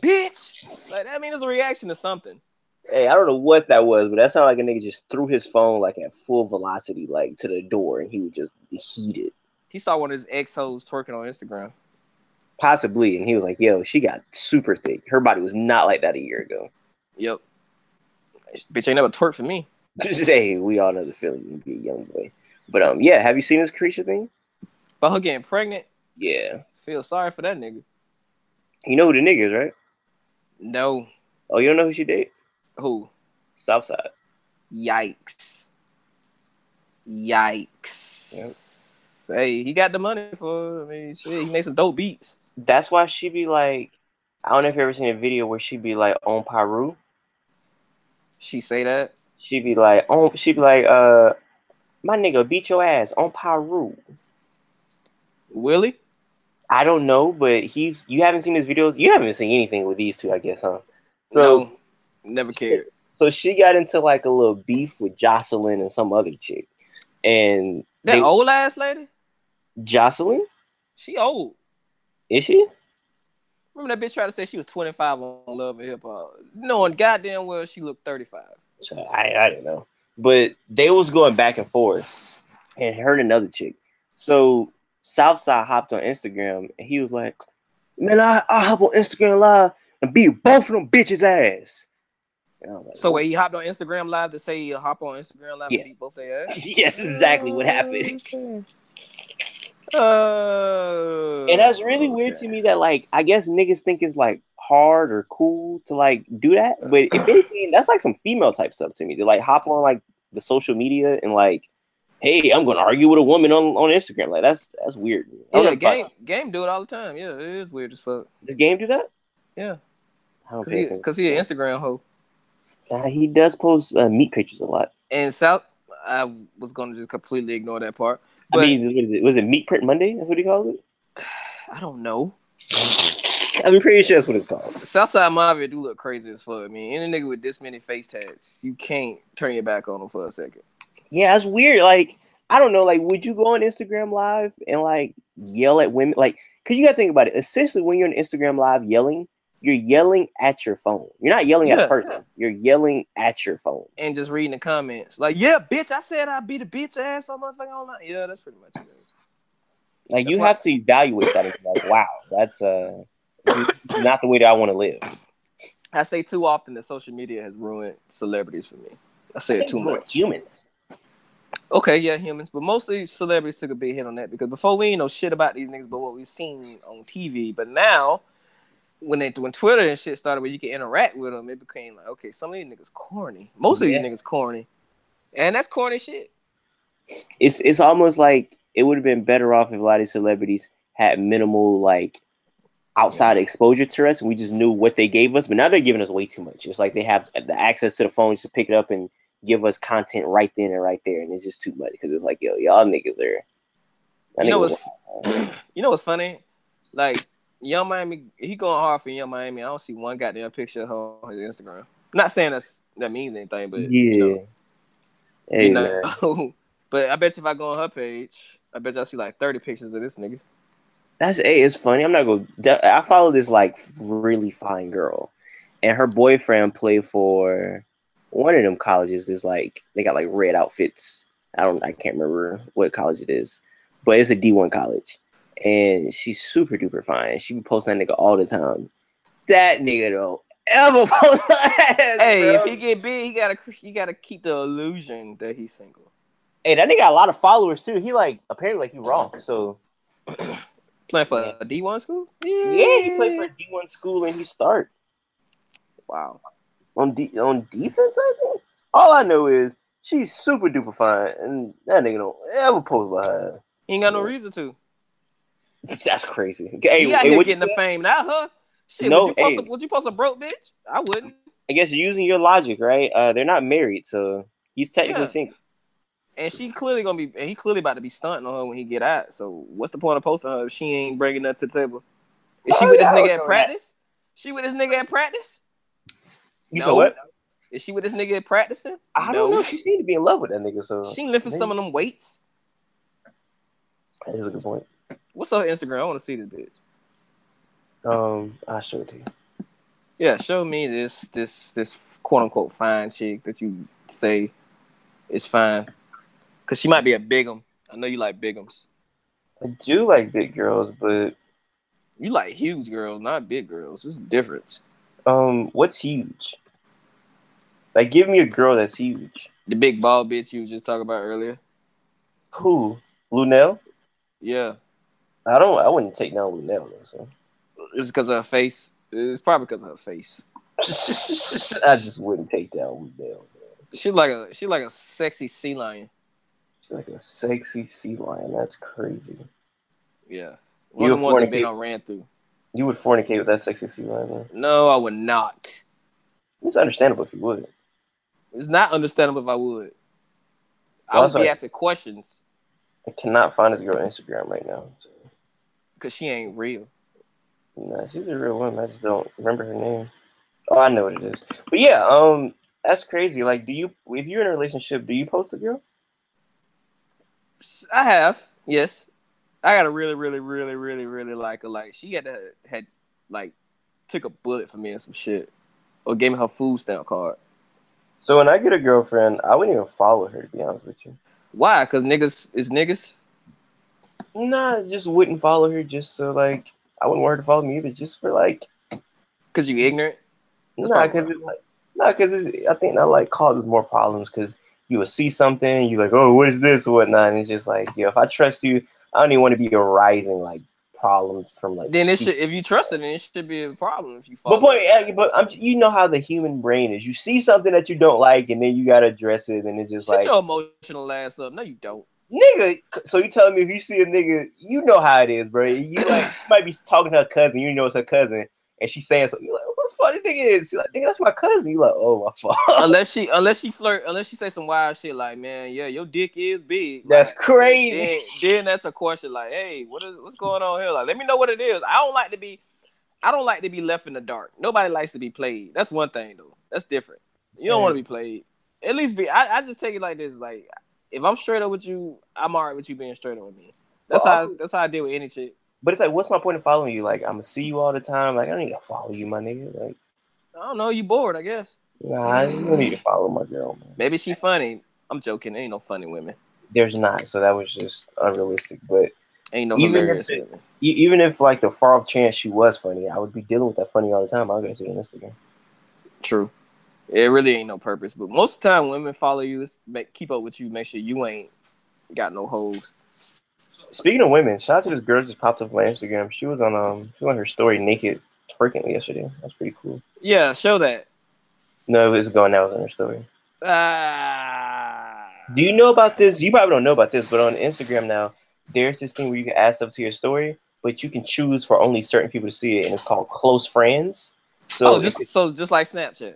S3: bitch? Like I mean, it's a reaction to something.
S8: hey, I don't know what that was, but that sounded like a nigga just threw his phone like at full velocity, like to the door, and he was just heated,
S3: He saw one of his ex hoes twerking on Instagram.
S8: possibly. And he was like, "Yo, she got super thick. Her body was not like that a year ago."
S3: Yep. Bitch ain't never twerk for me.
S8: hey, we all know the feeling when you be a young boy. But um, yeah, have you seen this creature thing?
S3: But her getting pregnant,
S8: Yeah,
S3: feel sorry for that nigga.
S8: you know who the nigga is, right?
S3: No.
S8: Oh, you don't know who she date?
S3: Who?
S8: Southside.
S3: Yikes. Yikes. Hey, he got the money for it. I mean shit, he made some dope beats.
S8: That's why she be like, I don't know if you ever seen a video where she be like on Paru.
S3: She say that.
S8: She be like on. She be like, uh, my nigga beat your ass on Paru.
S3: Willie?
S8: I don't know, but he's. You haven't seen his videos. You haven't seen anything with these two, I guess, huh? So
S3: no, never cared.
S8: so she got into like a little beef with Jocelyn and some other chick, and
S3: That
S8: they-
S3: old ass lady?
S8: Jocelyn.
S3: She old.
S8: Is she?
S3: Remember that bitch tried to say she was 25 on Love and Hip Hop, knowing goddamn well she looked 35.
S8: So I I don't know. But they was going back and forth, and her and another chick. So Southside hopped on Instagram, and he was like, "Man, I I hop on Instagram live and beat both of them bitches ass." And I was like,
S3: So wait, he hopped on Instagram live to say he'll hop on Instagram live
S8: Yes.
S3: and beat both their ass.
S8: yes, exactly what happened."
S3: Uh,
S8: And that's really weird to me that like I guess niggas think it's like hard or cool to like do that, but if anything, that's like some female type stuff to me. To like hop on like the social media and like, hey, I'm gonna argue with a woman on, on Instagram. Like that's that's weird. I don't
S3: Yeah,
S8: know if I-
S3: game game do it all the time. Yeah, it is weird as fuck.
S8: Does game do that?
S3: Yeah.
S8: I don't
S3: Cause
S8: think
S3: he,
S8: so.
S3: cause he an Instagram hoe.
S8: Nah, he does post uh, meat pictures a lot.
S3: And South, I was gonna just completely ignore that part. But
S8: I
S3: I,
S8: mean, what is it? Was it Meat Print Monday? That's what he called it.
S3: don't know.
S8: I'm pretty sure that's what it's called.
S3: Southside Mafia do look crazy as fuck. I mean, any nigga with this many face tats, you can't turn your back on him for a second.
S8: Yeah, that's weird. Like, I don't know. Like, would you go on Instagram Live and like yell at women? Like, cause you gotta think about it. Essentially, when you're on Instagram Live yelling, you're yelling at your phone. You're not yelling at
S3: Yeah.
S8: a person. You're yelling at your phone.
S3: and just reading the comments. Like, yeah, bitch, I said I'd be the bitch ass on motherfucking online. Yeah, that's pretty much it.
S8: Like,
S3: That's
S8: you
S3: why-
S8: have to evaluate that. And be like, wow, that's uh, not the way that I want to live.
S3: I say too often that social media has ruined celebrities for me. I say it too
S8: We're
S3: much.
S8: Humans.
S3: Okay, yeah, humans, but mostly celebrities took a big hit on that because before we ain't know shit about these niggas, but what we've seen on TV. But now, when they when Twitter and shit started, where you can interact with them, it became like, okay, some of these niggas corny. Most of
S8: Yeah.
S3: these niggas corny, and that's corny shit.
S8: It's it's almost like it would have been better off if a lot of these celebrities had minimal like outside exposure to us, and we just knew what they gave us. But now they're giving us way too much. It's like they have the access to the phone just to pick it up and give us content right then and right there, and it's just too much because it's like yo, y'all niggas are. y'all
S3: You know
S8: niggas
S3: what's you know what's funny? Like Young Miami, he going hard for Young Miami. I don't see one goddamn picture of her on his Instagram. not saying that's that means anything, but
S8: yeah.
S3: you know,
S8: Hey,
S3: you
S8: man.
S3: know. but I bet you if I go on her page, I bet you I see like thirty pictures of this nigga.
S8: That's hey, it's funny. I'm not gonna. I follow this like really fine girl, and her boyfriend played for one of them colleges. Is like they got like red outfits. I don't. I can't remember what college it is, but it's a D1 college, and she's super duper fine. She be posting that nigga all the time. That nigga don't ever post her ass,
S3: Hey,
S8: bro.
S3: if he get big, he gotta cr- he gotta keep the illusion that he's single.
S8: hey, that nigga got a lot of followers too. He like apparently like he raw. So
S3: Playing for a D one school?
S8: yeah, he played for a D1 school and he start.
S3: Wow.
S8: on de- on defense. I think all I know is she's super duper fine, and that nigga don't ever post about her.
S3: He ain't got no
S8: Yeah.
S3: reason to.
S8: That's crazy. Hey,
S3: he out
S8: hey
S3: here
S8: what
S3: getting
S8: you-
S3: the fame, not her. Shit,
S8: No,
S3: would, you post
S8: hey.
S3: a, would you post a broke bitch? I wouldn't.
S8: I guess using your logic, right? Uh, they're not married, so he's technically
S3: Yeah.
S8: single.
S3: and she clearly gonna be, and he clearly about to be stunting on her when he get out. So what's the point of posting her if she ain't bringing that to the table? Is she
S8: Oh,
S3: with this
S8: yeah, I
S3: nigga
S8: don't
S3: at
S8: know
S3: practice? She with this nigga at practice?
S8: You
S3: No.
S8: said what?
S3: Is she with this nigga at practicing?
S8: I don't
S3: No.
S8: know. She seemed to be in love with that nigga, so
S3: She lifting
S8: maybe-
S3: some of them weights.
S8: that is a good point.
S3: What's her Instagram? I want to see this bitch.
S8: Um, I show it to you.
S3: Yeah, show me this this this quote unquote fine chick that you say is fine, cause she might be a bigum. I know you like bigums.
S8: I do like big girls, but
S3: You like huge girls, not big girls. This is the difference.
S8: um, what's huge? Like, give me a girl that's huge.
S3: The big ball bitch you was just talking about earlier.
S8: Who? Lunel?
S3: Yeah,
S8: I don't. I wouldn't take down Lunel. Though, so.
S3: it's because of her face. It's probably because of her face.
S8: I just wouldn't take down Lunel.
S3: She like a she like a sexy sea lion.
S8: She's like a sexy sea lion. That's crazy.
S3: Yeah, one
S8: You
S3: of the ones that
S8: fornicate-
S3: been on ran through.
S8: You would fornicate with that sexy sea lion. Man.
S3: No, I would not.
S8: It's understandable if you would.
S3: It's not understandable if I would. I
S8: Well,
S3: would
S8: that's
S3: be
S8: like-
S3: asking questions
S8: I cannot find this girl on Instagram right now. So.
S3: because she ain't real.
S8: Nah, she's a real one. I just don't remember her name. Oh, I know what it is. But yeah, um, that's crazy. Like, do you if you're in a relationship, do you post the girl?
S3: I have yes. I got to really, really, really, really, really like her. Like she had to, had like took a bullet for me and some shit, or gave me her food stamp card.
S8: So when I get a girlfriend, I wouldn't even follow her to be honest with you.
S3: Why? Because niggas is niggas.
S8: Nah, I just wouldn't follow her just so like I wouldn't want her to follow me either, just for like
S3: Because you ignorant. That's
S8: nah,
S3: probably
S8: because it like nah, because I think that like causes more problems because you will see something, you like, oh, what is this or whatnot, and it's just like, yo, if I trust you, I don't even want to be arising like problems from like
S3: Then it
S8: stupid
S3: should, if you trust it, then it should be a problem if you follow.
S8: But boy, yeah, but I'm, you know how the human brain is. You see something that you don't like, and then you gotta address it, and it's just
S3: Shut
S8: like,
S3: your emotional ass up. No, you don't.
S8: nigga. So you telling me if you see a nigga, you know how it is, bro. You like you might be talking to her cousin, you know it's her cousin, and she's saying something. You're like, what the fuck, this nigga is? She's like, nigga, that's my cousin. You like, oh my fuck,
S3: unless she, unless she flirt, unless she say some wild shit like, "Man, yeah, your dick is big."
S8: that's
S3: Like,
S8: crazy.
S3: Then, then that's a question like, "Hey, what is what's going on here?" Like, let me know what it is. I don't like to be, I don't like to be left in the dark. Nobody likes to be played. That's one thing though. That's different. You don't
S8: Yeah.
S3: want to be played. At least be. I, I just take it like this. Like, if I'm straight up with you, I'm alright with you being straight up with me. That's
S8: Well,
S3: how.
S8: also-
S3: that's how I deal with any chick.
S8: But it's like, what's my point of following you? Like, I'm gonna see you all the time. Like, I don't need to follow you, my nigga. Like,
S3: I don't know. You bored? I guess.
S8: nah, you don't need to follow my girl, man.
S3: Maybe she funny. I'm joking. Ain't no funny women.
S8: There's not, so that was just unrealistic. But
S3: Ain't no
S8: Even if
S3: hilarious
S8: it-
S3: women.
S8: E- even if like the far off chance she was funny, I would be dealing with that funny all the time. I'll get it on Instagram.
S3: True. It really ain't no purpose. But most of the time, women follow you, it's make, keep up with you, make sure you ain't got no hoes.
S8: Speaking of women, shout out to this girl that just popped up on my Instagram. She was on um she was on her story naked twerking yesterday. That's pretty cool.
S3: Yeah, show that.
S8: No, it's going now. It was on her story.
S3: Ah.
S8: Do you know about this? You probably don't know about this, but on Instagram now, there's this thing where you can add stuff to your story, but you can choose for only certain people to see it, and it's called close friends. So
S3: oh, just
S8: if-
S3: so just like Snapchat.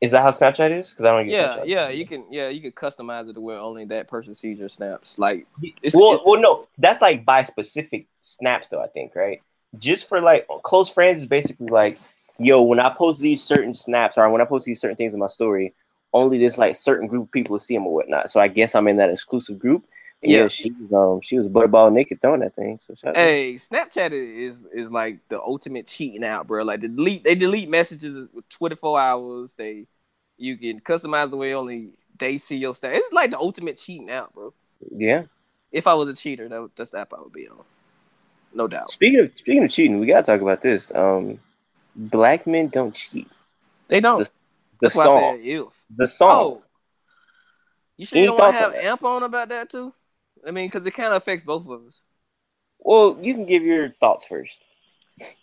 S8: is that how Snapchat is? Because I don't. Get
S3: Yeah,
S8: Snapchat.
S3: yeah, you can yeah you can customize it to where only that person sees your snaps. Like it's,
S8: well,
S3: it's-
S8: well, no, that's like by specific snaps, though. I think right. Just for like close friends is basically like, yo, when I post these certain snaps or when I post these certain things in my story, only this like certain group of people see them or whatnot. So I guess I'm in that exclusive group. And yeah,
S3: Yeah.
S8: she was um she was butterball naked throwing that thing. So shout out.
S3: Hey, Snapchat is is like the ultimate cheating out, bro. Like they delete they delete messages with 24 hours. They you can customize the way only they see your stat. It's like the ultimate cheating out, bro.
S8: yeah.
S3: If I was a cheater, that, that's the app I would be on. No doubt.
S8: Speaking of speaking of cheating, we gotta talk about this. Um, black men don't cheat.
S3: They don't.
S8: This- The
S3: that's why I
S8: song,
S3: said if.
S8: the song.
S3: Oh. You sure
S8: Any
S3: you don't want
S8: thoughts
S3: to
S8: on
S3: have
S8: that?
S3: amp on about that too? I mean, because it kind of affects both of us.
S8: Well, you can give your thoughts first.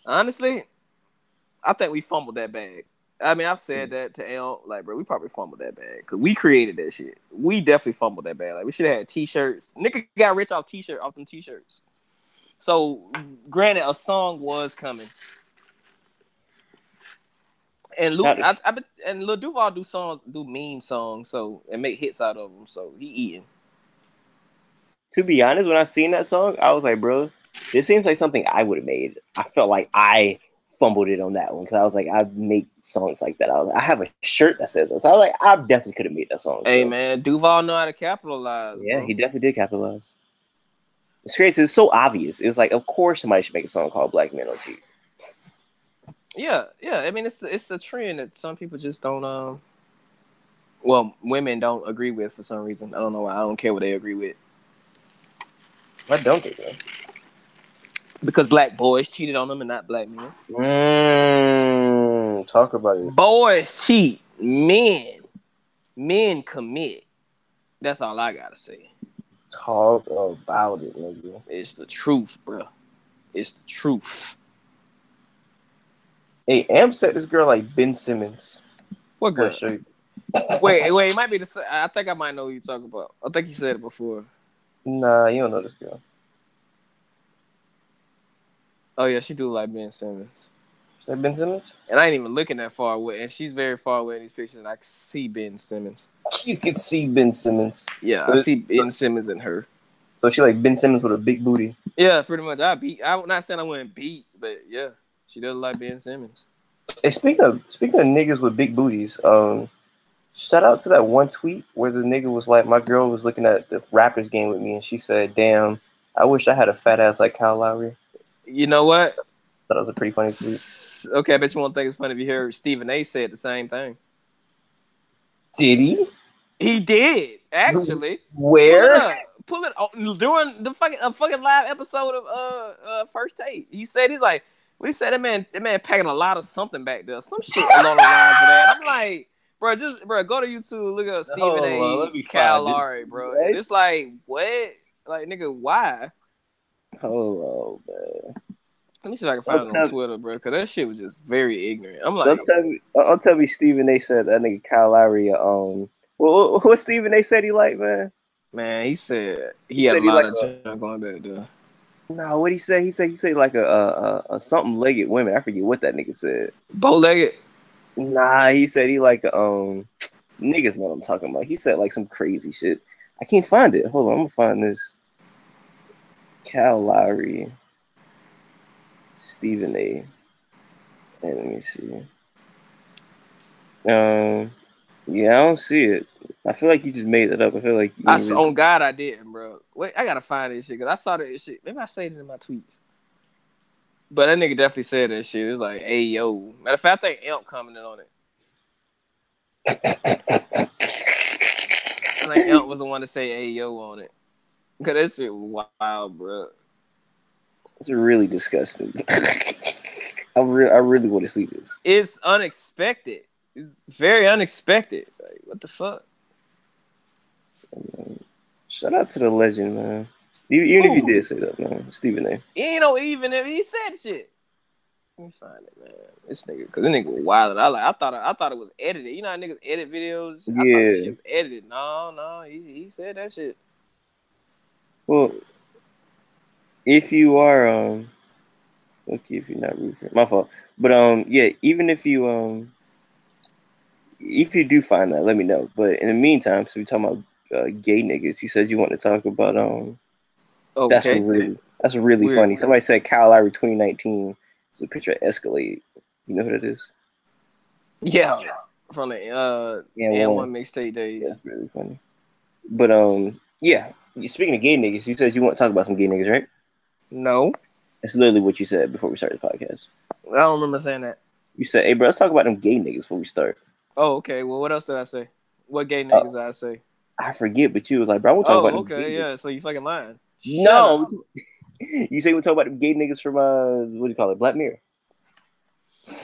S3: Honestly, I think we fumbled that bag. I mean, I've said
S8: Hmm.
S3: that to Amp, like, bro, we probably fumbled that bag because we created that shit. We definitely fumbled that bag. Like, we should have had t-shirts. Nigga got rich off t-shirt off them t-shirts. So, granted, a song was coming, and Lil,
S8: Shout
S3: I,
S8: out-
S3: I, bet- and Lil Duval do songs, do meme songs, so and make hits out of them. So he eating.
S8: to be honest, when I seen that song, I was like, bro, this seems like something I would have made. I felt like I fumbled it on that one because I was like, I make songs like that. I was, I have a shirt that says that. So I was like, I definitely could have made that song.
S3: Hey
S8: So,
S3: man, Duval know how to capitalize.
S8: Yeah,
S3: bro.
S8: he definitely did capitalize. It's crazy. It's so obvious. It's like, of course, somebody should make a song called "Black Men Don't Cheat."
S3: yeah, yeah. I mean, it's the, it's the trend that some people just don't um. Well, women don't agree with for some reason. I don't know why. I don't care what they agree with
S8: Why don't they? Bro?
S3: because black boys cheated on them and not black men.
S8: Mm, talk about it.
S3: Boys cheat, men, men commit. That's all I gotta say.
S8: Talk about it, nigga.
S3: It's the truth, bro. It's the truth.
S8: Hey, Am said this girl like Ben Simmons.
S3: What girl?
S8: Sure.
S3: Wait, wait. It might be the. sa- I think I might know who you talking about. I think you said it before.
S8: Nah, you don't know this girl.
S3: Oh yeah, she do like Ben Simmons.
S8: Is that Ben Simmons?
S3: And I ain't even looking that far away. And she's very far away in these pictures. And I can see Ben Simmons.
S8: You could see Ben Simmons.
S3: Yeah, I see Ben Simmons and her.
S8: So she like Ben Simmons with a big booty.
S3: Yeah, pretty much. I beat. I'm not saying I wouldn't beat, but yeah, she does like Ben Simmons.
S8: Hey, speaking of speaking of niggas with big booties, um, shout out to that one tweet where the nigga was like, my girl was looking at the Raptors game with me, and she said, "Damn, I wish I had a fat ass like Kyle Lowry."
S3: You know what?
S8: That was a pretty funny tweet.
S3: S- Okay, I bet you won't think it's funny if you hear Stephen A. said the same thing.
S8: Did he?
S3: He did actually. Pull it
S8: Where?
S3: up. Pull it oh, during the fucking a fucking live episode of uh uh first take. He said he's like we said that man that man packing a lot of something back there. Some shit along the lines of that. I'm like, bro, just bro, go to YouTube, look up Stephen
S8: Hold on, let
S3: A.
S8: me
S3: Cal
S8: find this.
S3: Lowry, bro.
S8: What?
S3: It's like what? Like nigga, why?
S8: Hello, man.
S3: Let me see if I can find it on
S8: Sometimes-
S3: Twitter, bro, because that shit was just very ignorant. I'm like,
S8: Don't tell me. Don't tell me Stephen A. said that nigga Kyle Lowry. uh, Um, well, what- what Stephen A. said he like, man?
S3: man, he said he,
S8: He
S3: had
S8: said
S3: a
S8: he
S3: lot
S8: like
S3: of junk going back there.
S8: No, what he say? He said he said like a a, a, a something legged women. I forget what that nigga said.
S3: Bow legged.
S8: Nah, he said he like um niggas know what I'm talking about. He said like some crazy shit. I can't find it. Hold on, I'm gonna find this. Kyle Lowry, Stephen A. And let me see. Um, yeah, I don't see it. I feel like you just made it up. I feel like you
S3: I s- on God, I didn't, bro. Wait, I gotta find this shit because I saw that shit. Maybe I said it in my tweets. But that nigga definitely said that shit. It was like, hey yo. Matter of fact, I think Elk commented on it. I think Elk was the one to say hey yo on it. Cause that shit was wild, bro.
S8: it's really disgusting. I, re- I really want to see this.
S3: It's unexpected. It's very unexpected. Like, what the fuck?
S8: Shout out to the legend, man. Even, even if you did say that, man, Stephen A.
S3: You know, even if he said shit. Let me find it, man. This nigga, cause this nigga was wild. I like. I thought. I thought it was edited. You know how niggas edit videos. I thought
S8: Yeah.
S3: this shit was edited. No, no. He, he said that shit.
S8: Well, if you are um, lucky if you're not rooting, for- my fault. But um, yeah, even if you um, if you do find that, let me know. But in the meantime, so we talking about uh, gay niggas. You said you want to talk about um,
S3: Okay.
S8: that's really that's really
S3: Weird.
S8: funny. Somebody said Kyle Lowry 2019 It's a picture of Escalade. You know who that is?
S3: yeah. From the uh
S8: Yeah,
S3: and
S8: one.
S3: one mixtape days.
S8: That's really funny. But um, yeah. you- Speaking of gay niggas, you said you want to talk about some gay niggas, right?
S3: No,
S8: That's literally what you said before we started the podcast.
S3: I don't remember saying that.
S8: You said, "Hey, bro, let's talk about them gay niggas before we start."
S3: Oh, okay. Well, what else did I say? What gay niggas did I say?
S8: I forget, but you was like, "Bro, I want to Oh. talk
S3: Oh,
S8: about." them
S3: okay.
S8: gay
S3: Yeah. So you fucking lying.
S8: niggas."
S3: Shut up.
S8: No, you say we talk about the gay niggas from uh, what do you call it, Black Mirror?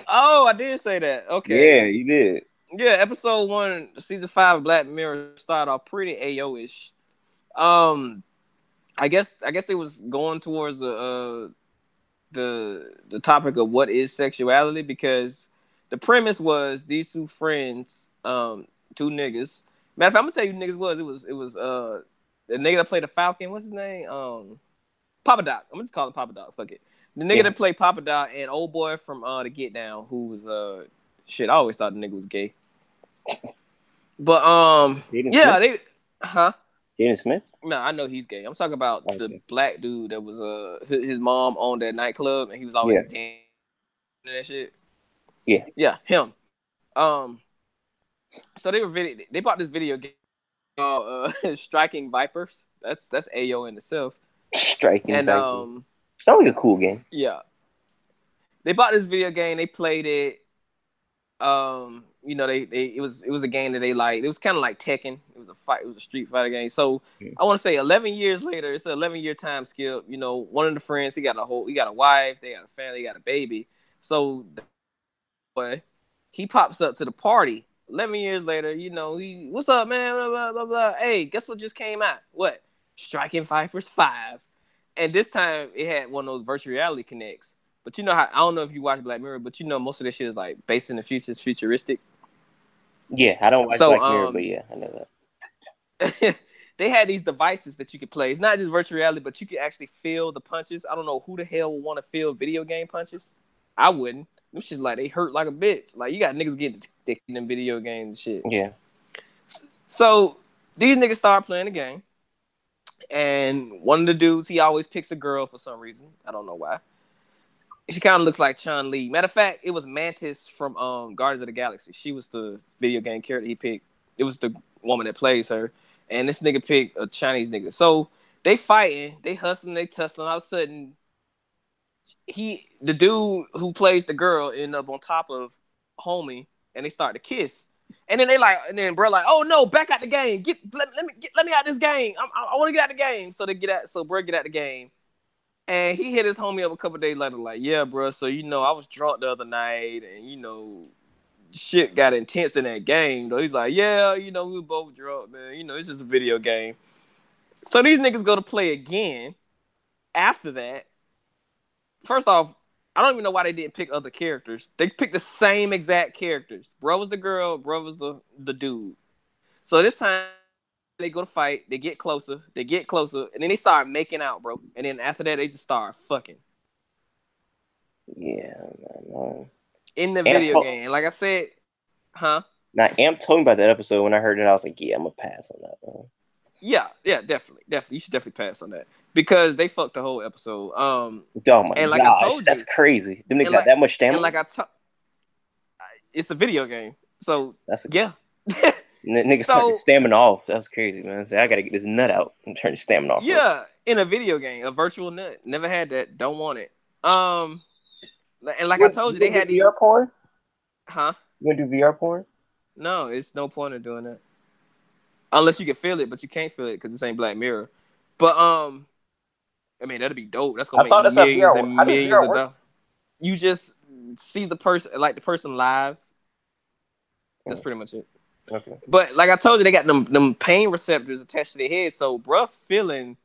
S3: Oh, I did say that. Okay.
S8: Yeah, you did.
S3: Yeah, episode one, season five, of Black Mirror started off pretty AO ish. Um, I guess I guess it was going towards the uh, the the topic of what is sexuality because the premise was these two friends, um, two niggas. Matter of fact, I'm gonna tell you who niggas was it was it was uh the nigga that played the Falcon. What's his name? Um, Papa Doc. I'm gonna just call him Papa Doc. Fuck it. The nigga
S8: Yeah.
S3: that played Papa Doc and old boy from uh the Get Down, who was uh shit. I always thought the nigga was gay. But um,
S8: Jaden
S3: yeah, they huh?
S8: Jaden Smith?
S3: No, I know he's gay. I'm talking about the
S8: Okay.
S3: black dude that was uh his, his mom owned that nightclub and he was always dancing and that shit.
S8: Yeah.
S3: yeah, him. Um, so they were video. They bought this video game called uh, "Striking Vipers." That's that's AO in itself.
S8: Striking.
S3: and
S8: Vikings.
S3: um,
S8: sounds like a cool game.
S3: yeah, they bought this video game. They played it. Um, you know, they, they it was it was a game that they liked. It was kind of like Tekken. It was a fight. It was a Street Fighter game. So
S8: Yeah.
S3: I want to say, eleven years later, it's an eleven year time skip. You know, one of the friends he got a whole he got a wife, they got a family, they got a baby. So, the boy, he pops up to the party. Eleven years later, you know, he what's up, man? Blah blah blah blah. Hey, guess what just came out? What? Striking Vipers Five. And this time it had one of those virtual reality connects. But you know how I don't know if you watch Black Mirror, but you know most of this shit is like based in the future, it's futuristic.
S8: Yeah, I don't watch
S3: So,
S8: Black Mirror,
S3: um,
S8: but yeah, I know that.
S3: they had these devices that you could play. It's not just virtual reality, but you could actually feel the punches. I don't know who the hell would want to feel video game punches. I wouldn't. Them shit's like they hurt like a bitch. Like you got niggas getting dick in them video games and shit.
S8: Yeah.
S3: So these niggas start playing the game, and one of the dudes he always picks a girl for some reason. I don't know why. She kind of looks like Chun Li. Matter of fact, it was Mantis from um, Guardians of the Galaxy. She was the video game character he picked. It was the woman that plays her, and this nigga picked a Chinese nigga. So they fighting, they hustling, they tussling. All of a sudden, he the dude who plays the girl end up on top of homie, and they start to kiss. And then they like, and then bro like, oh no, back out the game. Get let, let me get, let me out this game. I'm, I, I want to get out the game. So they get out. So bro get out the game, and he hit his homie up a couple days later. Like, yeah, bro. So you know, I was drunk the other night, and you know, shit got intense in that game. Though he's like, yeah, you know, we were both drunk, man. You know, it's just a video game. So these niggas go to play again. After that, first off, I don't even know why they didn't pick other characters. They picked the same exact characters. Bro was the girl, bro was the, the dude. So this time they go to fight, they get closer, they get closer, and then they start making out, bro. And then after that, they just start fucking
S8: Yeah. I know.
S3: in the
S8: And I
S3: video
S8: told-
S3: game. And like I said, huh?
S8: Now, Amp told me about that episode. When I heard it, I was like, yeah, I'm going to pass on that one.
S3: Yeah, yeah, definitely. Definitely. You should definitely pass on that. Because they fucked the whole episode. Um
S8: Oh my
S3: And like I
S8: gosh,
S3: told
S8: that's
S3: you-
S8: crazy. Them niggas
S3: and
S8: got
S3: like-
S8: that much stamina.
S3: and like I told it's a video game. So
S8: that's a,
S3: yeah.
S8: n- niggas
S3: so-
S8: turned stamina off. That's crazy, man. I, said, I gotta get this nut out and turn the stamina off.
S3: Yeah, in a video game, a virtual nut. Never had that. Don't want it. Um, and like I told you, they had these.
S8: VR porn.
S3: Huh?
S8: You gonna do VR porn?
S3: No, it's no point in doing that. Unless you can feel it, but you can't feel it because this ain't Black Mirror. But um, I mean that'd be dope. That's gonna
S8: I
S3: make
S8: thought that's how
S3: millions
S8: VR
S3: and
S8: how does
S3: millions
S8: VR
S3: of
S8: work?
S3: dollars. You just see the person, like the person live. That's
S8: Mm.
S3: pretty much it.
S8: Okay.
S3: But like I told you, they got them them pain receptors attached to their head. So bruh feeling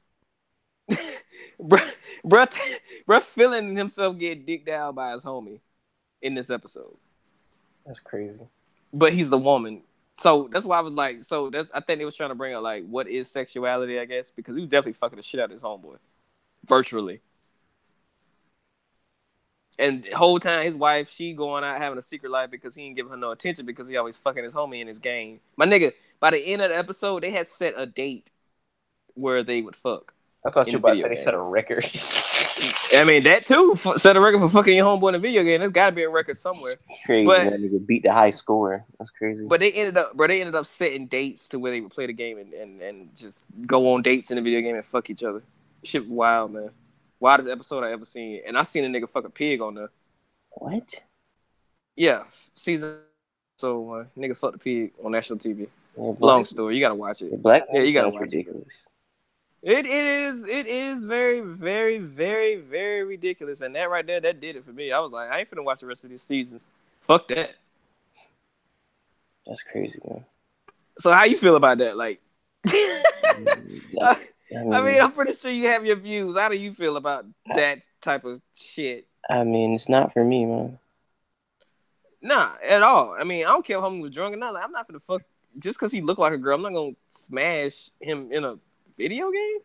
S3: bruh bruh, t- bruh feeling himself get dicked down by his homie in this episode.
S8: That's crazy.
S3: But he's the woman. So that's why I was like, so that's I think they was trying to bring up like what is sexuality, I guess, because he was definitely fucking the shit out of his homeboy. Virtually. And the whole time his wife, she going out having a secret life because he ain't giving her no attention because he always fucking his homie in his game. My nigga, by the end of the episode, they had set a date where they would fuck.
S8: I thought
S3: In
S8: you were about
S3: video
S8: to say they
S3: game.
S8: set a record.
S3: I mean that too f- set a record for fucking your homeboy in a video game. There's got to be a record somewhere.
S8: crazy,
S3: But-
S8: man. Nigga beat the high score. That's crazy.
S3: But they ended up, bro. They ended up setting dates to where they would play the game and, and, and just go on dates in the video game and fuck each other. Shit, was wild man. Wildest episode I ever seen. And I seen a nigga fuck a pig on the
S8: what?
S3: yeah f- season. So uh, nigga fucked a pig on national TV.
S8: Yeah, Black-
S3: Long story. You gotta watch it.
S8: Black.
S3: Yeah, you gotta
S8: that's
S3: watch it.
S8: ridiculous.
S3: It it is it is very very very very ridiculous, and that right there that did it for me. I was like, I ain't finna watch the rest of these seasons. Fuck that.
S8: That's crazy, man.
S3: So how you feel about that? Like,
S8: I
S3: I mean,
S8: Mm.
S3: I'm pretty sure you have your views. How do you feel about that type of shit?
S8: I mean, it's not for me, man.
S3: Nah, at all. I mean, I don't care if homie was drunk or not. Like, I'm not gonna fuck just because he looked like a girl. I'm not gonna smash him in a video game.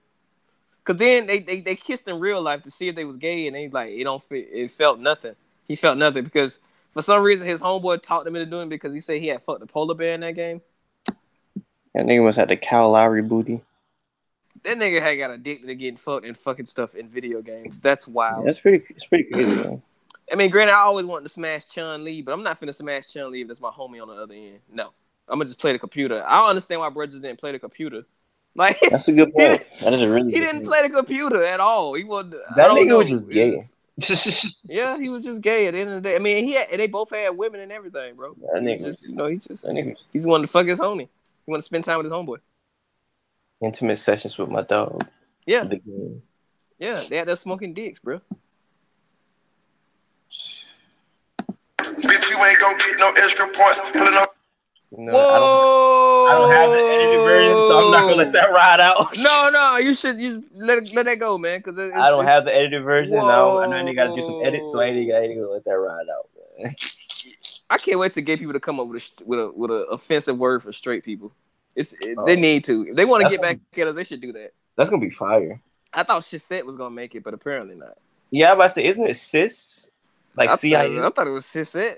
S3: Cause then they, they they kissed in real life to see if they was gay, and they like it don't fit. It felt nothing. He felt nothing because for some reason his homeboy talked him into doing it because he said he had fucked a polar bear in that game.
S8: That nigga must have the Kyle Lowry booty.
S3: That nigga had got addicted to getting fucked and fucking stuff in video games. That's wild.
S8: That's pretty. It's pretty crazy. though.
S3: I mean, granted, I always wanted to smash Chun Li, but I'm not finna smash Chun Li if that's my homie on the other end. No, I'm gonna just play the computer. I don't understand why Bridges didn't play the computer. Like
S8: That's a good point. That is a really.
S3: he
S8: good
S3: didn't
S8: point.
S3: play the computer at all. He was I
S8: That
S3: don't
S8: nigga
S3: know.
S8: was just gay.
S3: It's- Yeah, he was just gay at the end of the day. I mean, he had, and they both had women and everything, bro.
S8: That
S3: He
S8: nigga
S3: just,
S8: was-
S3: you know, he just
S8: That nigga-
S3: he's wanted to fuck his homie. He wanted to spend time with his homeboy.
S8: Intimate sessions with my dog.
S3: Yeah.
S8: The game.
S3: Yeah, they had that smoking dicks, bro.
S4: Bitch, you ain't gonna get no extra points. Pulling up.
S8: You know, I don't. I don't have the edited version, so I'm not gonna let that ride out.
S3: No, no, you should you should let it- let that go, man. Because
S8: I don't have the edited version. I, don't, I know I ain't gotta do some edits, so I ain't, I ain't gonna let that ride out. Man.
S3: I can't wait to gay people to come up with a sh- with a with a offensive word for straight people. It's it,
S8: Oh.
S3: they need to. If they want to
S8: That's
S3: get back at us, they should do that.
S8: That's gonna be fire.
S3: I thought Shissette was gonna make it, but apparently not.
S8: Yeah, I'm about to say, isn't it cis? Like
S3: I
S8: CIA,
S3: thought, I thought it was Shissette.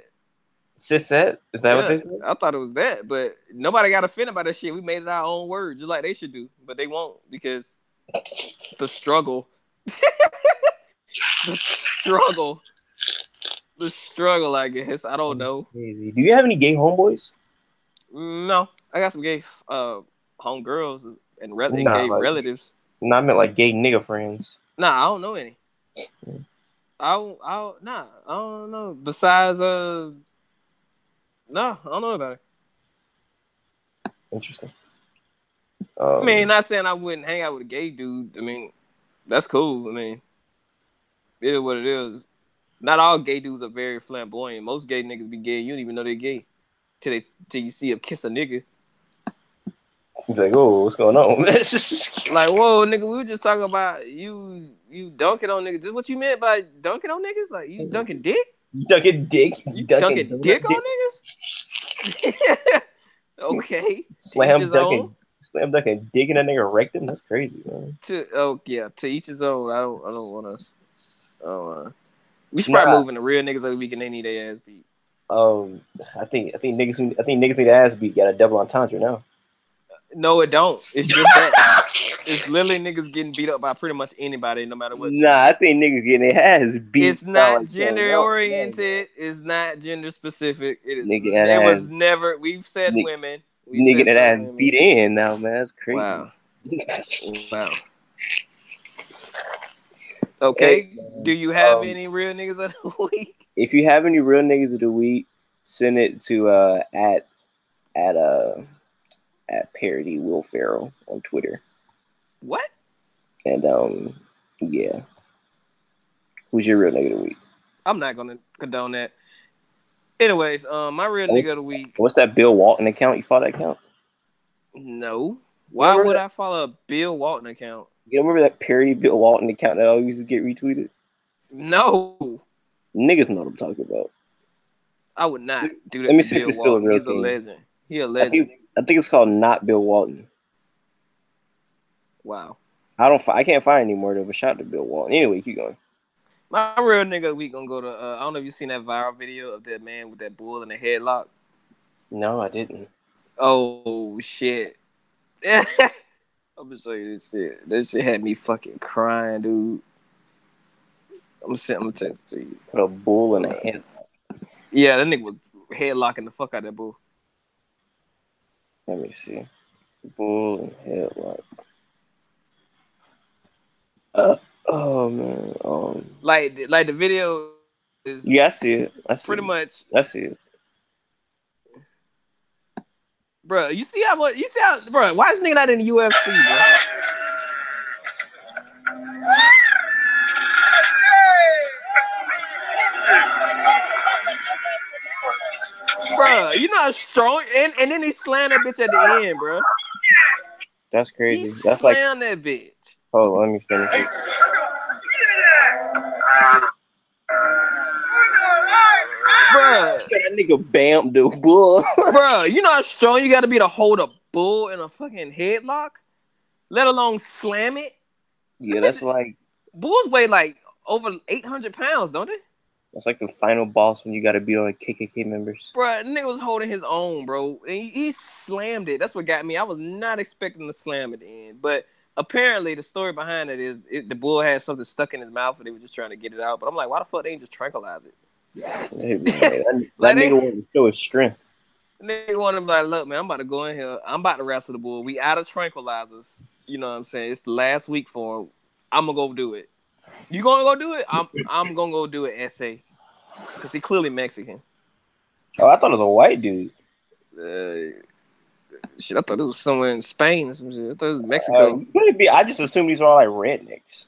S8: cisette? Is that what they
S3: Yeah,
S8: said?
S3: I thought it was that, but nobody got offended by that shit. We made it our own word, just like they should do, but they won't because the struggle, the struggle, the struggle. I guess I don't know.
S8: Crazy. Do you have any gay homeboys?
S3: No, I got some gay uh homegirls and rel- and
S8: Nah,
S3: gay
S8: like-
S3: relatives.
S8: No, I meant like gay nigga friends.
S3: Nah, I don't know any. I don't, I don't, nah, I don't know. Besides, uh, nah, I don't know about it.
S8: Interesting. Um,
S3: I mean, not saying I wouldn't hang out with a gay dude. I mean, that's cool. I mean, it is what it is. Not all gay dudes are very flamboyant. Most gay niggas be gay. You don't even know they're gay till they till you see them kiss a nigga.
S8: he's like, oh, what's going on? That's
S3: Like, whoa, nigga, we were just talking about you you dunking on niggas. This what you meant by dunking on niggas? Like you dunking dick?
S8: Dunking dick.
S3: You dunking,
S8: dunking donut
S3: dick on niggas? okay.
S8: Slam
S3: his
S8: dunking.
S3: own?
S8: Slam dunking. Digging a nigga rectum. That's crazy, man.
S3: To oh yeah, to each his own. I don't I don't wanna I don't wanna we should probably
S8: Nah.
S3: move into real niggas like we can they need their ass beat.
S8: Um, I think I think niggas who, I think niggas need ass beat got a double entendre now.
S3: No, it don't. It's just that. it's literally niggas getting beat up by pretty much anybody, no matter what.
S8: Nah, I think niggas getting their ass beat.
S3: it's not
S8: Like,
S3: gender
S8: yo,
S3: oriented. It's not gender specific. It is.
S8: Nigga, that
S3: it
S8: ass-
S3: was never. We've said
S8: Ni-
S3: women. We've
S8: Nigga
S3: said
S8: that ass
S3: women.
S8: beat in now, man. That's crazy.
S3: Wow. Wow. Okay.
S8: Hey,
S3: Do you have
S8: um,
S3: any real niggas of the week?
S8: if you have any real niggas of the week, send it to uh at at uh at parody Will Ferrell on Twitter.
S3: What?
S8: And um yeah. Who's your real nigga of the week?
S3: I'm not gonna condone that. Anyways, um, my real nigga of the week.
S8: What's that Bill Walton account? You follow that account?
S3: No. Why
S8: Remember
S3: would
S8: that-
S3: I follow a Bill Walton account?
S8: You remember that parody Bill Walton account that always used to get retweeted?
S3: No.
S8: Niggas know what I'm talking about.
S3: I would not do that.
S8: Let me
S3: to
S8: see if
S3: Bill
S8: it's still a
S3: Walton.
S8: real
S3: He's a
S8: thing.
S3: legend. He a
S8: I
S3: legend.
S8: think I think it's called not Bill Walton.
S3: Wow.
S8: I don't fi- I can't find it anymore though, but shout out to Bill Walton. Anyway, keep going.
S3: My real nigga of the week gonna go to. Uh, I don't know if you seen that viral video of that man with that bull in the headlock.
S8: No, I didn't.
S3: Oh shit. I'm gonna show you this shit. This shit had me fucking crying, dude. I'm gonna send. I'm gonna text it to you.
S8: Put a bull in a hand.
S3: Yeah, that nigga was headlocking the fuck out of that bull.
S8: Let me see. Bull and headlock. Uh, oh man. Um,
S3: Like, like the video is
S8: yeah, I see it. I see
S3: pretty
S8: it.
S3: much,
S8: I see it.
S3: bro. You see how much? You see how, bro? Why is this nigga not in the UFC, bro? Bruh, you know how strong and, and then he slammed that bitch at the end, bruh.
S8: That's
S3: He
S8: crazy. That's like.
S3: slammed that bitch.
S8: Oh, let me finish it.
S3: Bruh.
S8: That nigga bam the bull.
S3: Bruh, you know how strong you gotta be to hold a bull in a fucking headlock? Let alone slam it?
S8: yeah, that's like
S3: Bulls weigh like over eight hundred pounds, don't they?
S8: that's like the final boss when you got to be on KKK members.
S3: Bruh, nigga was holding his own, bro. And he, he slammed it. That's what got me. I was not expecting the slam at the end. But apparently the story behind it is it, the bull had something stuck in his mouth and they were just trying to get it out. But I'm like, why the fuck they didn't just tranquilize it?
S8: That, that nigga wanted to show his strength.
S3: And they wanted to be like, look, man, I'm about to go in here. I'm about to wrestle the bull. We out of tranquilizers. You know what I'm saying? It's the last week for him. I'm gonna go do it. You gonna go do it? I'm I'm gonna go do it. SA, because he clearly Mexican.
S8: Oh, I thought it was a white dude.
S3: Uh, shit, I thought it was somewhere in Spain or some shit. I thought it was
S8: Uh,
S3: Mexico.
S8: could it be? I just assumed these were all like rednecks.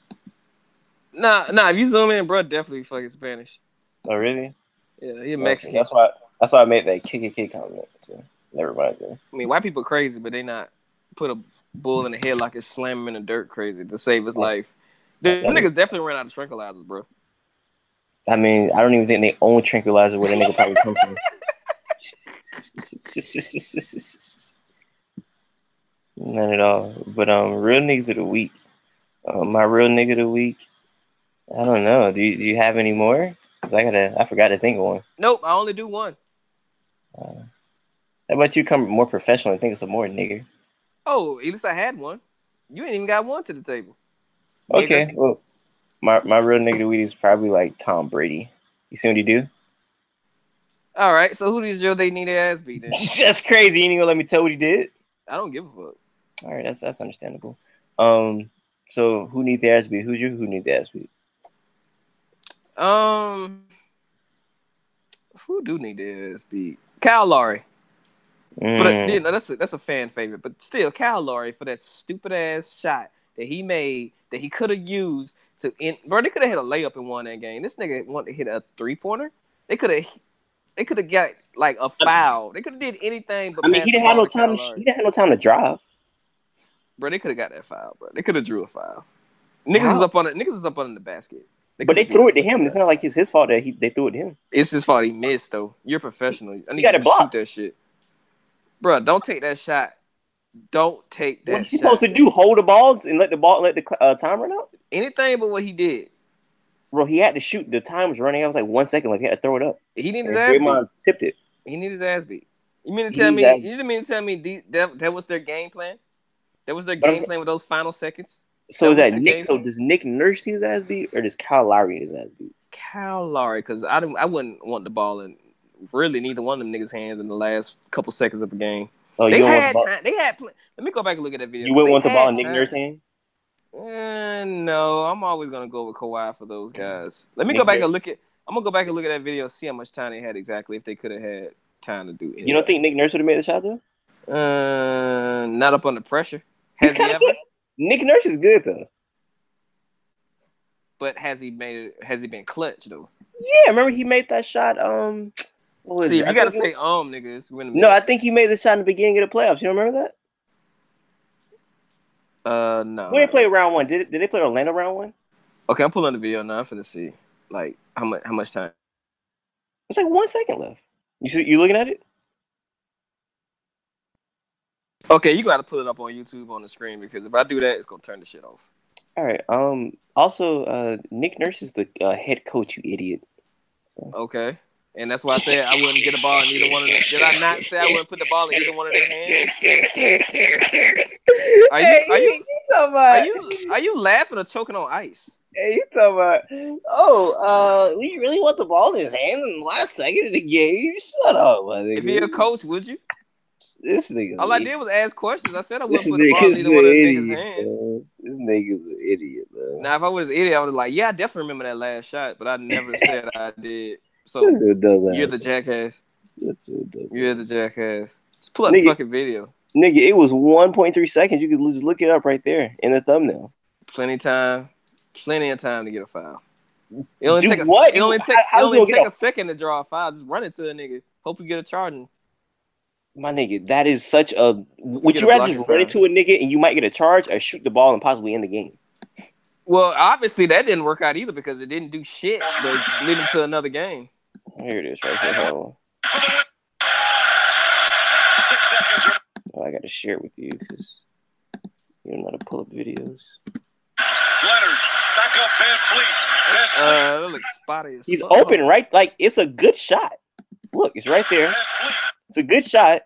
S3: nah, nah. If you zoom in, bro, definitely fucking Spanish.
S8: Oh, really?
S3: Yeah, he Mexican.
S8: That's why. That's why I made that kick it kick comment. So never mind. Then.
S3: I mean, white people crazy, but they not put a bull in the headlock and slam him in the dirt crazy to save his life. Dude, them niggas definitely ran out of tranquilizers, bro.
S8: I mean, I don't even think they own tranquilizer where the nigga probably come from. None at all. But um, real niggas of the week. Um, my real nigga of the week. I don't know. Do you, do you have any more? Cause I gotta. I forgot to think of one.
S3: Nope, I only do one.
S8: How about you come more professional and think of some more, nigga?
S3: Oh, at least I had one. You ain't even got one to the table.
S8: Okay.
S3: Nigga.
S8: Well, my my real nigga of the week is probably like Tom Brady. You see what he do?
S3: All right, so who does your they need their ass beat then?
S8: that's crazy. You ain't gonna let me tell what he did.
S3: I don't give a fuck.
S8: All right, that's that's understandable. Um, so who needs the ass beat? Who's your who needs the ass beat?
S3: Um, who do need their ass beat? Kyle Lowry, but uh,
S8: Mm,
S3: you know that's a, that's a fan favorite. But still, Kyle Lowry for that stupid ass shot that he made that he could have used to end. Bro, they could have hit a layup and won that game. This nigga wanted to hit a three pointer. They could have. They could have got like a foul. They could have did anything. But
S8: I mean,
S3: pass
S8: he
S3: the
S8: didn't have
S3: ball
S8: no
S3: to Kyle
S8: time. To,
S3: Lowry.
S8: he didn't have no time to drive.
S3: Bro, they could have got that foul, bro. They could have drew a foul. Niggas was
S8: How?
S3: up on it. Niggas was up on the basket.
S8: But
S3: coulda
S8: they
S3: drew
S8: threw it
S3: a
S8: to him. It's
S3: foul.
S8: not like it's his fault that he they threw it to him.
S3: It's his fault he missed though. You're professional. I need
S8: got
S3: you
S8: it
S3: to
S8: blocked.
S3: shoot that shit, bro. Don't take that shot. Don't take that.
S8: What's he
S3: shot.
S8: supposed to do? Hold the balls and let the ball let the uh, time run out?
S3: Anything but what he did.
S8: Bro, he had to shoot. The time was running. I was like one second. Like he had to throw it up.
S3: He needed
S8: And
S3: his ass
S8: Draymond tipped it.
S3: beat. He needed his ass beat. You mean to
S8: He
S3: tell
S8: needed
S3: me?
S8: his ass-
S3: You mean to tell me the- that that was their game plan? That was their
S8: But I'm
S3: game
S8: sa-
S3: plan with those final seconds.
S8: So
S3: That was
S8: is that
S3: the
S8: Nick?
S3: game.
S8: So does Nick Nurse see his ass beat, or does Kyle Lowry his ass beat?
S3: Kyle Lowry, because I didn't, I wouldn't want the ball in really neither one of them niggas' hands in the last couple seconds of the game.
S8: Oh,
S3: they
S8: you don't want
S3: had
S8: the ball.
S3: time. They had. Pl- Let me go back and look at that video.
S8: You wouldn't
S3: They
S8: want the
S3: had
S8: ball in Nick
S3: time.
S8: Nurse's hand.
S3: Eh, no, I'm always gonna go with Kawhi for those guys. Let me
S8: Nick
S3: go back
S8: Nurse.
S3: and look at. I'm gonna go back and look at that video and see how much time they had exactly if they could have had time to do it.
S8: You don't think Nick Nurse would have made the shot though?
S3: Uh, not up under pressure.
S8: He's
S3: Has he
S8: kind
S3: ever?
S8: of good. Nick Nurse is good though.
S3: But has he made? it? Has he been clutch though?
S8: Yeah, remember he made that shot. Um, what was
S3: See,
S8: it?
S3: if
S8: I
S3: you gotta
S8: think
S3: say
S8: it-
S3: um, nigga, it's when.
S8: no. I think he made the shot in the beginning of the playoffs. You don't remember that?
S3: uh, no.
S8: we didn't play round one. Did it, did they play Orlando round one?
S3: Okay, I'm pulling the video now. I'm finna see like how much how much time.
S8: It's like one second left. You see, you looking at it?
S3: Okay, you gotta put it up on YouTube on the screen because if I do that, it's gonna turn the shit off.
S8: All right. Um. Also, uh, Nick Nurse is the uh, head coach. You idiot.
S3: Okay. And that's why I said I wouldn't get a ball in either one of them. Did I not say I wouldn't put the ball in either one of their hands? Are you
S8: Hey,
S3: are you
S8: talking
S3: are
S8: about?
S3: you are you laughing or choking on ice?
S8: hey, you talking about? Oh, uh, we really want the ball in his hand in the last second of the game. Shut up, my nigga.
S3: If you're a coach, would you?
S8: this nigga.
S3: All I did was ask questions. I said I
S8: This
S3: wouldn't put the ball in
S8: nigga's
S3: either
S8: an
S3: one of them niggas'
S8: idiot.
S3: hands.
S8: Man. This nigga's an idiot, man.
S3: Now if I was an idiot, I would have like, yeah, I definitely remember that last shot, but I never said I did.
S8: so,
S3: So
S8: dumbass.
S3: you're the jackass.
S8: That's so dumb.
S3: You're the jackass. Just pull up
S8: Nigga.
S3: the fucking video.
S8: Nigga, it was 1.3 seconds. You could l- just look it up right there in the thumbnail.
S3: Plenty time. Plenty of time to get a foul. It only
S8: Do
S3: take a,
S8: what?
S3: It only
S8: How-
S3: takes
S8: how
S3: it
S8: does
S3: only
S8: it get
S3: take
S8: a-
S3: a second to draw a foul. Just run it to a nigga. Hope you get a charging.
S8: My nigga, that is such a. Would
S3: get
S8: you
S3: a
S8: rather
S3: block
S8: just
S3: in
S8: run into a nigga and you might get a charge or shoot the ball and possibly end the game?
S3: Well, obviously that didn't work out either because it didn't do shit. They lead him to another game.
S8: Here it is right there. Hold
S4: Six seconds.
S8: on. Oh, I got to share it with you because you don't know how to pull up videos.
S4: Leonard, back up Van Fleet. Van Fleet.
S3: Uh, that looks spotty. As
S8: He's
S3: fuck.
S8: open, right? Like, it's a good shot. Look, it's right there.
S4: Van Fleet.
S8: It's a good shot.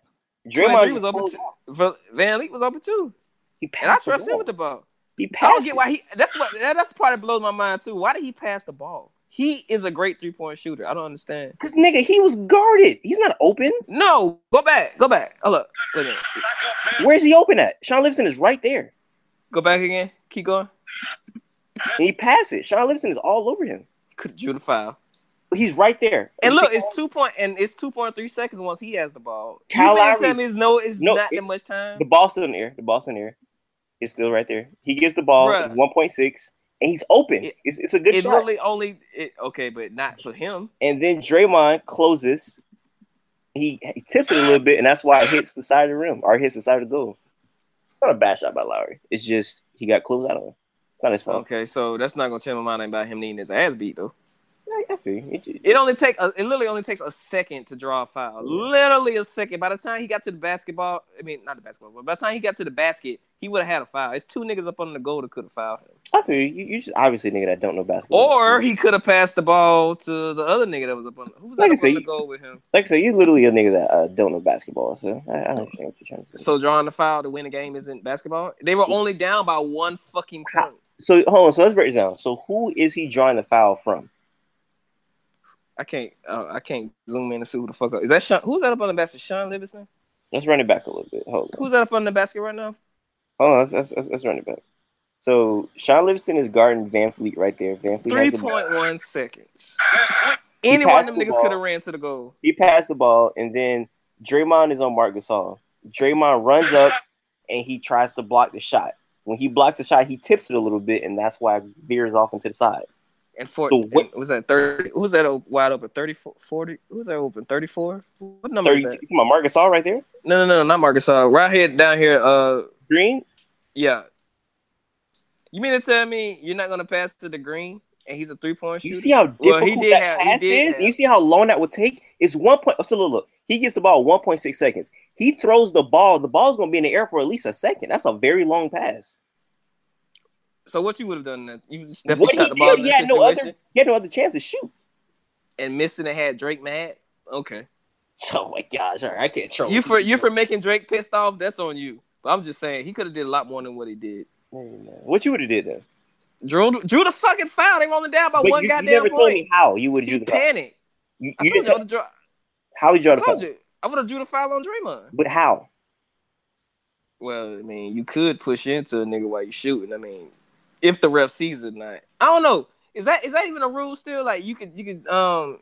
S3: Van Leek
S8: Draymond
S3: was open
S8: just
S3: too. Va- Van Leek was open too,
S8: He
S3: and I
S8: passed
S3: trust
S8: the
S3: him
S8: ball.
S3: with the ball.
S8: Be
S3: I don't
S8: past.
S3: get why he. That's what. that- That's the part that blows my mind too. Why did he pass the ball? He is a great three point shooter. I don't understand.
S8: Because nigga, he was guarded. He's not open.
S3: No, go back. Go back. Oh look. Wait a minute.
S4: Back up, man.
S8: Where's he open at? Sean Livingston is right there.
S3: Go back again. Keep going.
S8: And he passes it. Sean Livingston is all over him.
S3: Could have drew the foul.
S8: But he's right there.
S3: And look, it's two point and it's two point three seconds once he has the ball. you
S8: Kyle
S3: mean to
S8: Lowry-
S3: tell me it's no, it's
S8: No,
S3: not
S8: it-
S3: that much time.
S8: the ball's still in the air. The ball's in the air. It's still right there. He gets the ball.
S3: Bruh.
S8: It's one point six, and he's open.
S3: It-
S8: it's, it's a good
S3: it
S8: shot.
S3: really only it, okay, but not for him.
S8: and then Draymond closes. He, he tips it a little bit, and that's why it hits the side of the rim or hits the side of the goal. It's not a bad shot by Lowry. It's just he got closed out on. It's not his fault.
S3: Okay, so that's not gonna tell my mind about him needing his ass beat though.
S8: I, I feel you. It, it-
S3: It only take a, it literally only takes a second to draw a foul. Literally a second. By the time he got to the basketball, I mean not the basketball, but by the time he got to the basket, he would have had a foul. It's two niggas up on the goal that could have fouled him.
S8: I feel you. You, you just obviously a nigga that don't know basketball.
S3: Or he could have passed the ball to the other nigga that was up on who was
S8: Like I
S3: up
S8: say,
S3: on the
S8: you-
S3: goal with him.
S8: like I said, you literally a nigga that uh, don't know basketball. So I, I don't understand what you're trying to say. So,
S3: So drawing the foul to win the game isn't basketball. They were only down by one fucking point.
S8: so hold on. So let's break this down. So who is he drawing the foul from?
S3: I can't. Uh, I can't zoom in and see who the fuck up. is that. Sean, who's that up on the basket? Sean Livingston.
S8: Let's run it back a little bit. Hold on.
S3: Who's that up on the basket right now?
S8: Hold on. Let's, let's, let's, let's run it back. So Sean Livingston is guarding Van Fleet right there. Van Fleet
S3: Three
S8: has the ball.
S3: point one seconds.
S4: Van Fleet.
S3: Any one of them
S8: passed the
S3: niggas
S8: ball.
S3: could have ran to the goal.
S8: He passed the ball, and then Draymond is on Mark Gasol. Draymond runs up and he tries to block the shot. When he blocks the shot, he tips it a little bit, and that's why it veers off into the side.
S3: And for
S8: The win-
S3: and was that thirty? Who's that op- wide open? 34, 40? Who's that open? Thirty four. What number is that?
S8: Thirty-two. Come on, Mark Gasol right there.
S3: No, no, no, not Marcus. Uh, right here, down here. Uh,
S8: Green.
S3: yeah. You mean to tell me you're not gonna pass to the green? And he's a three point
S8: You
S3: shooter.
S8: see how
S3: Well,
S8: difficult
S3: he did
S8: that
S3: have- he
S8: pass
S3: did
S8: is.
S3: have-
S8: You see how long that would take. It's one point. So look, look, he gets the ball one point six seconds. He throws the ball. The ball's gonna be in the air for at least a second. That's a very long pass.
S3: so what you would have done? That you just
S8: what
S3: definitely
S8: he
S3: shot the ball.
S8: did,
S3: in
S8: he
S3: that
S8: had no
S3: situation
S8: other. He had no other chance to shoot.
S3: and missing and had Drake mad. Okay.
S8: Oh my gosh! All right, I can't troll
S3: You for you for making Drake pissed off. That's on you. But I'm just saying he could have did a lot more than what he did.
S8: What you would have did then?
S3: Drew drew the fucking foul. They were only down by
S8: But
S3: one
S8: you, you
S3: goddamn
S8: never told
S3: point.
S8: me how you would have
S3: he
S8: drew the foul.
S3: panicked.
S8: You,
S3: I
S8: you
S3: told
S8: didn't
S3: you, I
S8: tell
S3: would've draw-
S8: how you draw
S3: I
S8: the
S3: told
S8: foul,
S3: you I would have drew the foul on Draymond.
S8: but how?
S3: Well, I mean, you could push into a nigga while you shooting. I mean, if the ref sees it or not. I don't know. Is that is that even a rule still? Like you could you could um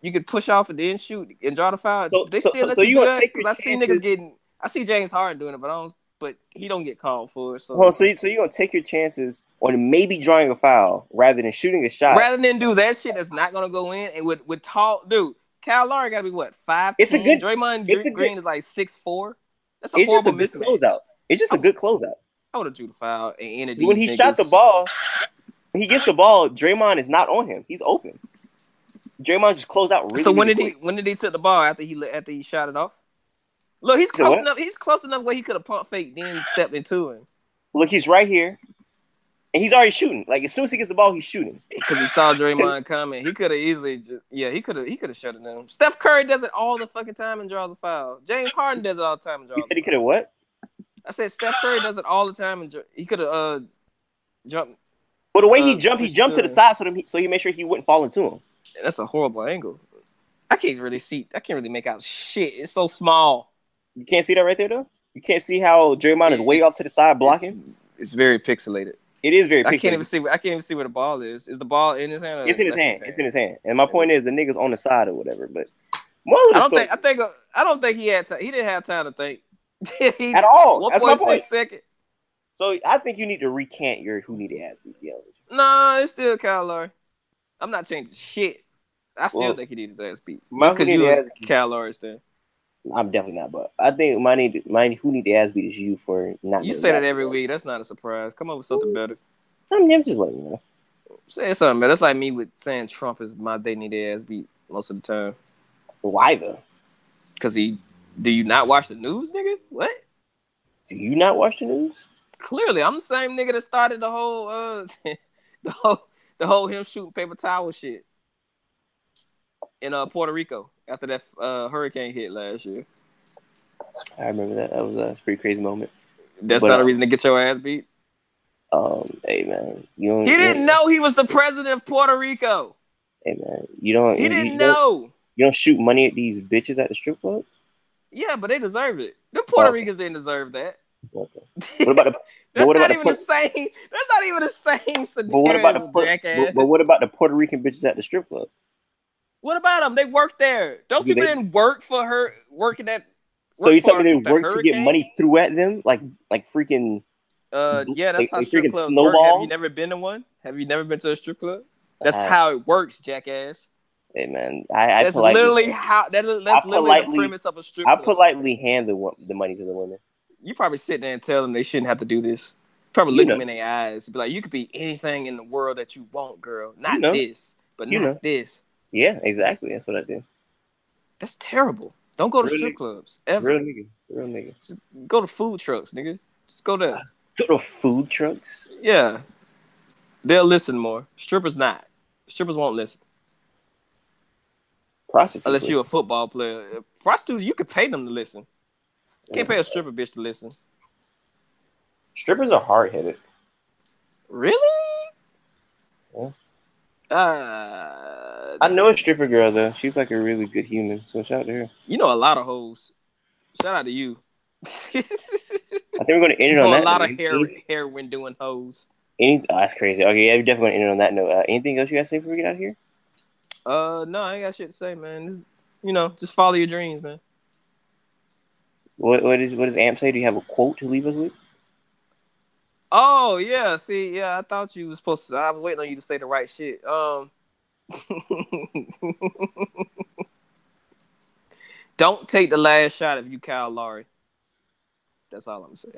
S3: you could push off and then shoot and draw the foul.
S8: So-
S3: they
S8: so-
S3: still let
S8: so
S3: you,
S8: you
S3: do
S8: gonna
S3: that?
S8: take your
S3: 'Cause I see
S8: chances-
S3: niggas getting I see James Harden doing it, but I don't but he don't get called for it. So,
S8: Well, so you, so you're gonna take your chances on maybe drawing a foul rather than shooting a shot.
S3: rather than do that shit that's not gonna go in and with with tall dude, Cal Lowry gotta be what five?
S8: It's a good-
S3: Draymond
S8: it's a
S3: Gre- Green is like six four. That's a
S8: it's just a
S3: horrible
S8: good
S3: mismatch.
S8: closeout. It's just a good closeout.
S3: I would have drew the foul and ended
S8: when he
S3: these
S8: shot the
S3: niggas.
S8: ball, when he gets the ball. Draymond is not on him. He's open. Draymond just closed out. Really,
S3: so when
S8: really
S3: did he
S8: quick.
S3: when did he took the ball after he le- after he shot it off? Look, he's
S8: So
S3: close
S8: what?
S3: enough. He's close enough where he could have pump fake, then stepped into him
S8: Look, he's right here, and he's already shooting. Like as soon as he gets the ball, he's shooting.
S3: because he saw Draymond coming. He could have easily, just, yeah, he could have he could have shut it down. Steph Curry does it all the fucking time and draws a foul. James Harden does it all the time and draws.
S8: You
S3: a
S8: said he
S3: foul.
S8: could have what?
S3: I said Steph Curry does it all the time and dr- he could have uh jumped.
S8: Well, the way he
S3: Uh,
S8: jumped, he
S3: for
S8: jumped to the
S3: sure.
S8: side so that he, so he made sure he wouldn't fall into him.
S3: That's a horrible angle. I can't really see. I can't really make out shit. It's so small.
S8: You can't see that right there though. You can't see how Draymond is way off to the side blocking.
S3: It's, it's very pixelated.
S8: It is very.
S3: I can't
S8: pixelated.
S3: even see. where- I can't even see where the ball is. Is the ball in his hand? Or
S8: It's in his
S3: that's
S8: hand. It's in his hand. And my point is, the niggas on the side or whatever. But more of
S3: I
S8: the
S3: don't
S8: story,
S3: think. I think. uh, I don't think he had. time. He didn't have time to think. He-
S8: at all. That's my
S3: 1.6
S8: point.
S3: second.
S8: So I think you need to recant your who needed athlete. You know.
S3: No, it's still Kyle Lowry. I'm not changing shit. I still
S8: Well,
S3: think he need his ass beat.
S8: my
S3: Just because
S8: who
S3: you
S8: need
S3: was
S8: his ass
S3: Kyle Lowry's thing.
S8: I'm definitely not, but I think my need my who need to ask me is you for not.
S3: You
S8: knowing
S3: say that
S8: basketball.
S3: every week. That's not a surprise. Come up with something better.
S8: I mean, I'm just letting you know.
S3: Say something better. That's like me with saying Trump is my they need their ass beat most of the time.
S8: Why though?
S3: Cause he. Do you not watch the news, nigga? What?
S8: Do you not watch the news?
S3: clearly I'm the same nigga that started the whole uh the whole the whole him shooting paper towel shit in uh Puerto Rico after that uh hurricane hit last year.
S8: I remember that. That was a pretty crazy moment.
S3: That's
S8: But,
S3: not a
S8: uh,
S3: reason to get your ass beat.
S8: Um, hey man, you don't.
S3: He didn't know he was the president of Puerto Rico.
S8: Hey man, you don't.
S3: He
S8: you
S3: didn't
S8: don't-
S3: know.
S8: You don't shoot money at these bitches at the strip club.
S3: Yeah, but they deserve it. The Puerto
S8: Okay.
S3: Ricans didn't deserve that.
S8: Okay. Oh. What about the
S3: That's
S8: what
S3: not
S8: about the
S3: even the same. That's not even the same scenario,
S8: but what about the Puerto,
S3: jackass.
S8: but, but what about the Puerto Rican bitches at the strip club?
S3: what about them? They worked there. Those
S8: Do
S3: people
S8: they-
S3: didn't work for her working at.
S8: So you
S3: work
S8: tell
S3: for
S8: me they
S3: the
S8: work to get
S3: hurricane?
S8: money threw at them, like like freaking.
S3: Uh, yeah,
S8: They-
S3: that's how
S8: they
S3: strip
S8: freaking
S3: clubs work. Have you
S8: snowballs?
S3: never been to one? Have you never been to a strip club? That's
S8: I-
S3: how it works, jackass.
S8: Hey man, I, I
S3: That's
S8: politely,
S3: literally how that, that's literally
S8: politely-
S3: the premise of a strip
S8: I
S3: club.
S8: politely hand the wo- the money to the women.
S3: you probably sit there and tell them they shouldn't have to do this. Probably
S8: You
S3: look
S8: know.
S3: them in their eyes, be like, "You could be anything in the world that you want, girl. Not
S8: know.
S3: this, but
S8: You
S3: not
S8: know.
S3: this.
S8: Yeah, exactly. That's what I do.
S3: That's terrible. Don't go to
S8: Really?
S3: strip clubs ever.
S8: Real nigga, real nigga.
S3: Go to food trucks, nigga. Just go there.
S8: Go to food trucks.
S3: Yeah, they'll listen more. Strippers not. Strippers won't listen
S8: Prostitutes.
S3: unless you're a football player. Prostitutes, you could pay them to listen. Can't pay a stripper bitch to listen.
S8: Strippers are hard headed.
S3: Really?
S8: Yeah.
S3: Uh,
S8: I know a stripper girl though. She's like a really good human. So shout out to her.
S3: You know a lot of hoes. Shout out to you.
S8: I think we're gonna end it
S3: Know
S8: on
S3: a
S8: that.
S3: lot
S8: note.
S3: of hair,
S8: Any-
S3: heroin doing hoes.
S8: any- oh, that's crazy. Okay, yeah, we're definitely gonna end it on that note. Uh, anything else you guys say before we get out of here?
S3: Uh, no, I ain't got shit to say, man. This, you know, just follow your dreams, man.
S8: What what is what does Amp say? Do you have a quote to leave us with?
S3: Oh yeah, see, yeah, I thought you was supposed to. I was waiting on you to say the right shit. Um, don't take the last shot if you Kyle Lowry. That's all I'm saying.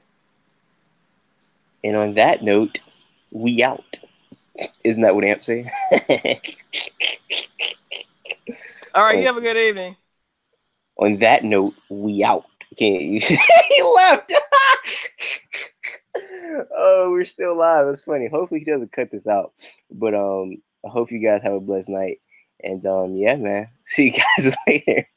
S8: And on that note, we out. Isn't that what Amp say?
S3: All right,
S8: Oh.
S3: you have a good evening.
S8: on that note, we out. Can't you? he left. oh, we're still live. That's funny. Hopefully he doesn't cut this out. But um, I hope you guys have a blessed night. And um, yeah, man. See you guys later.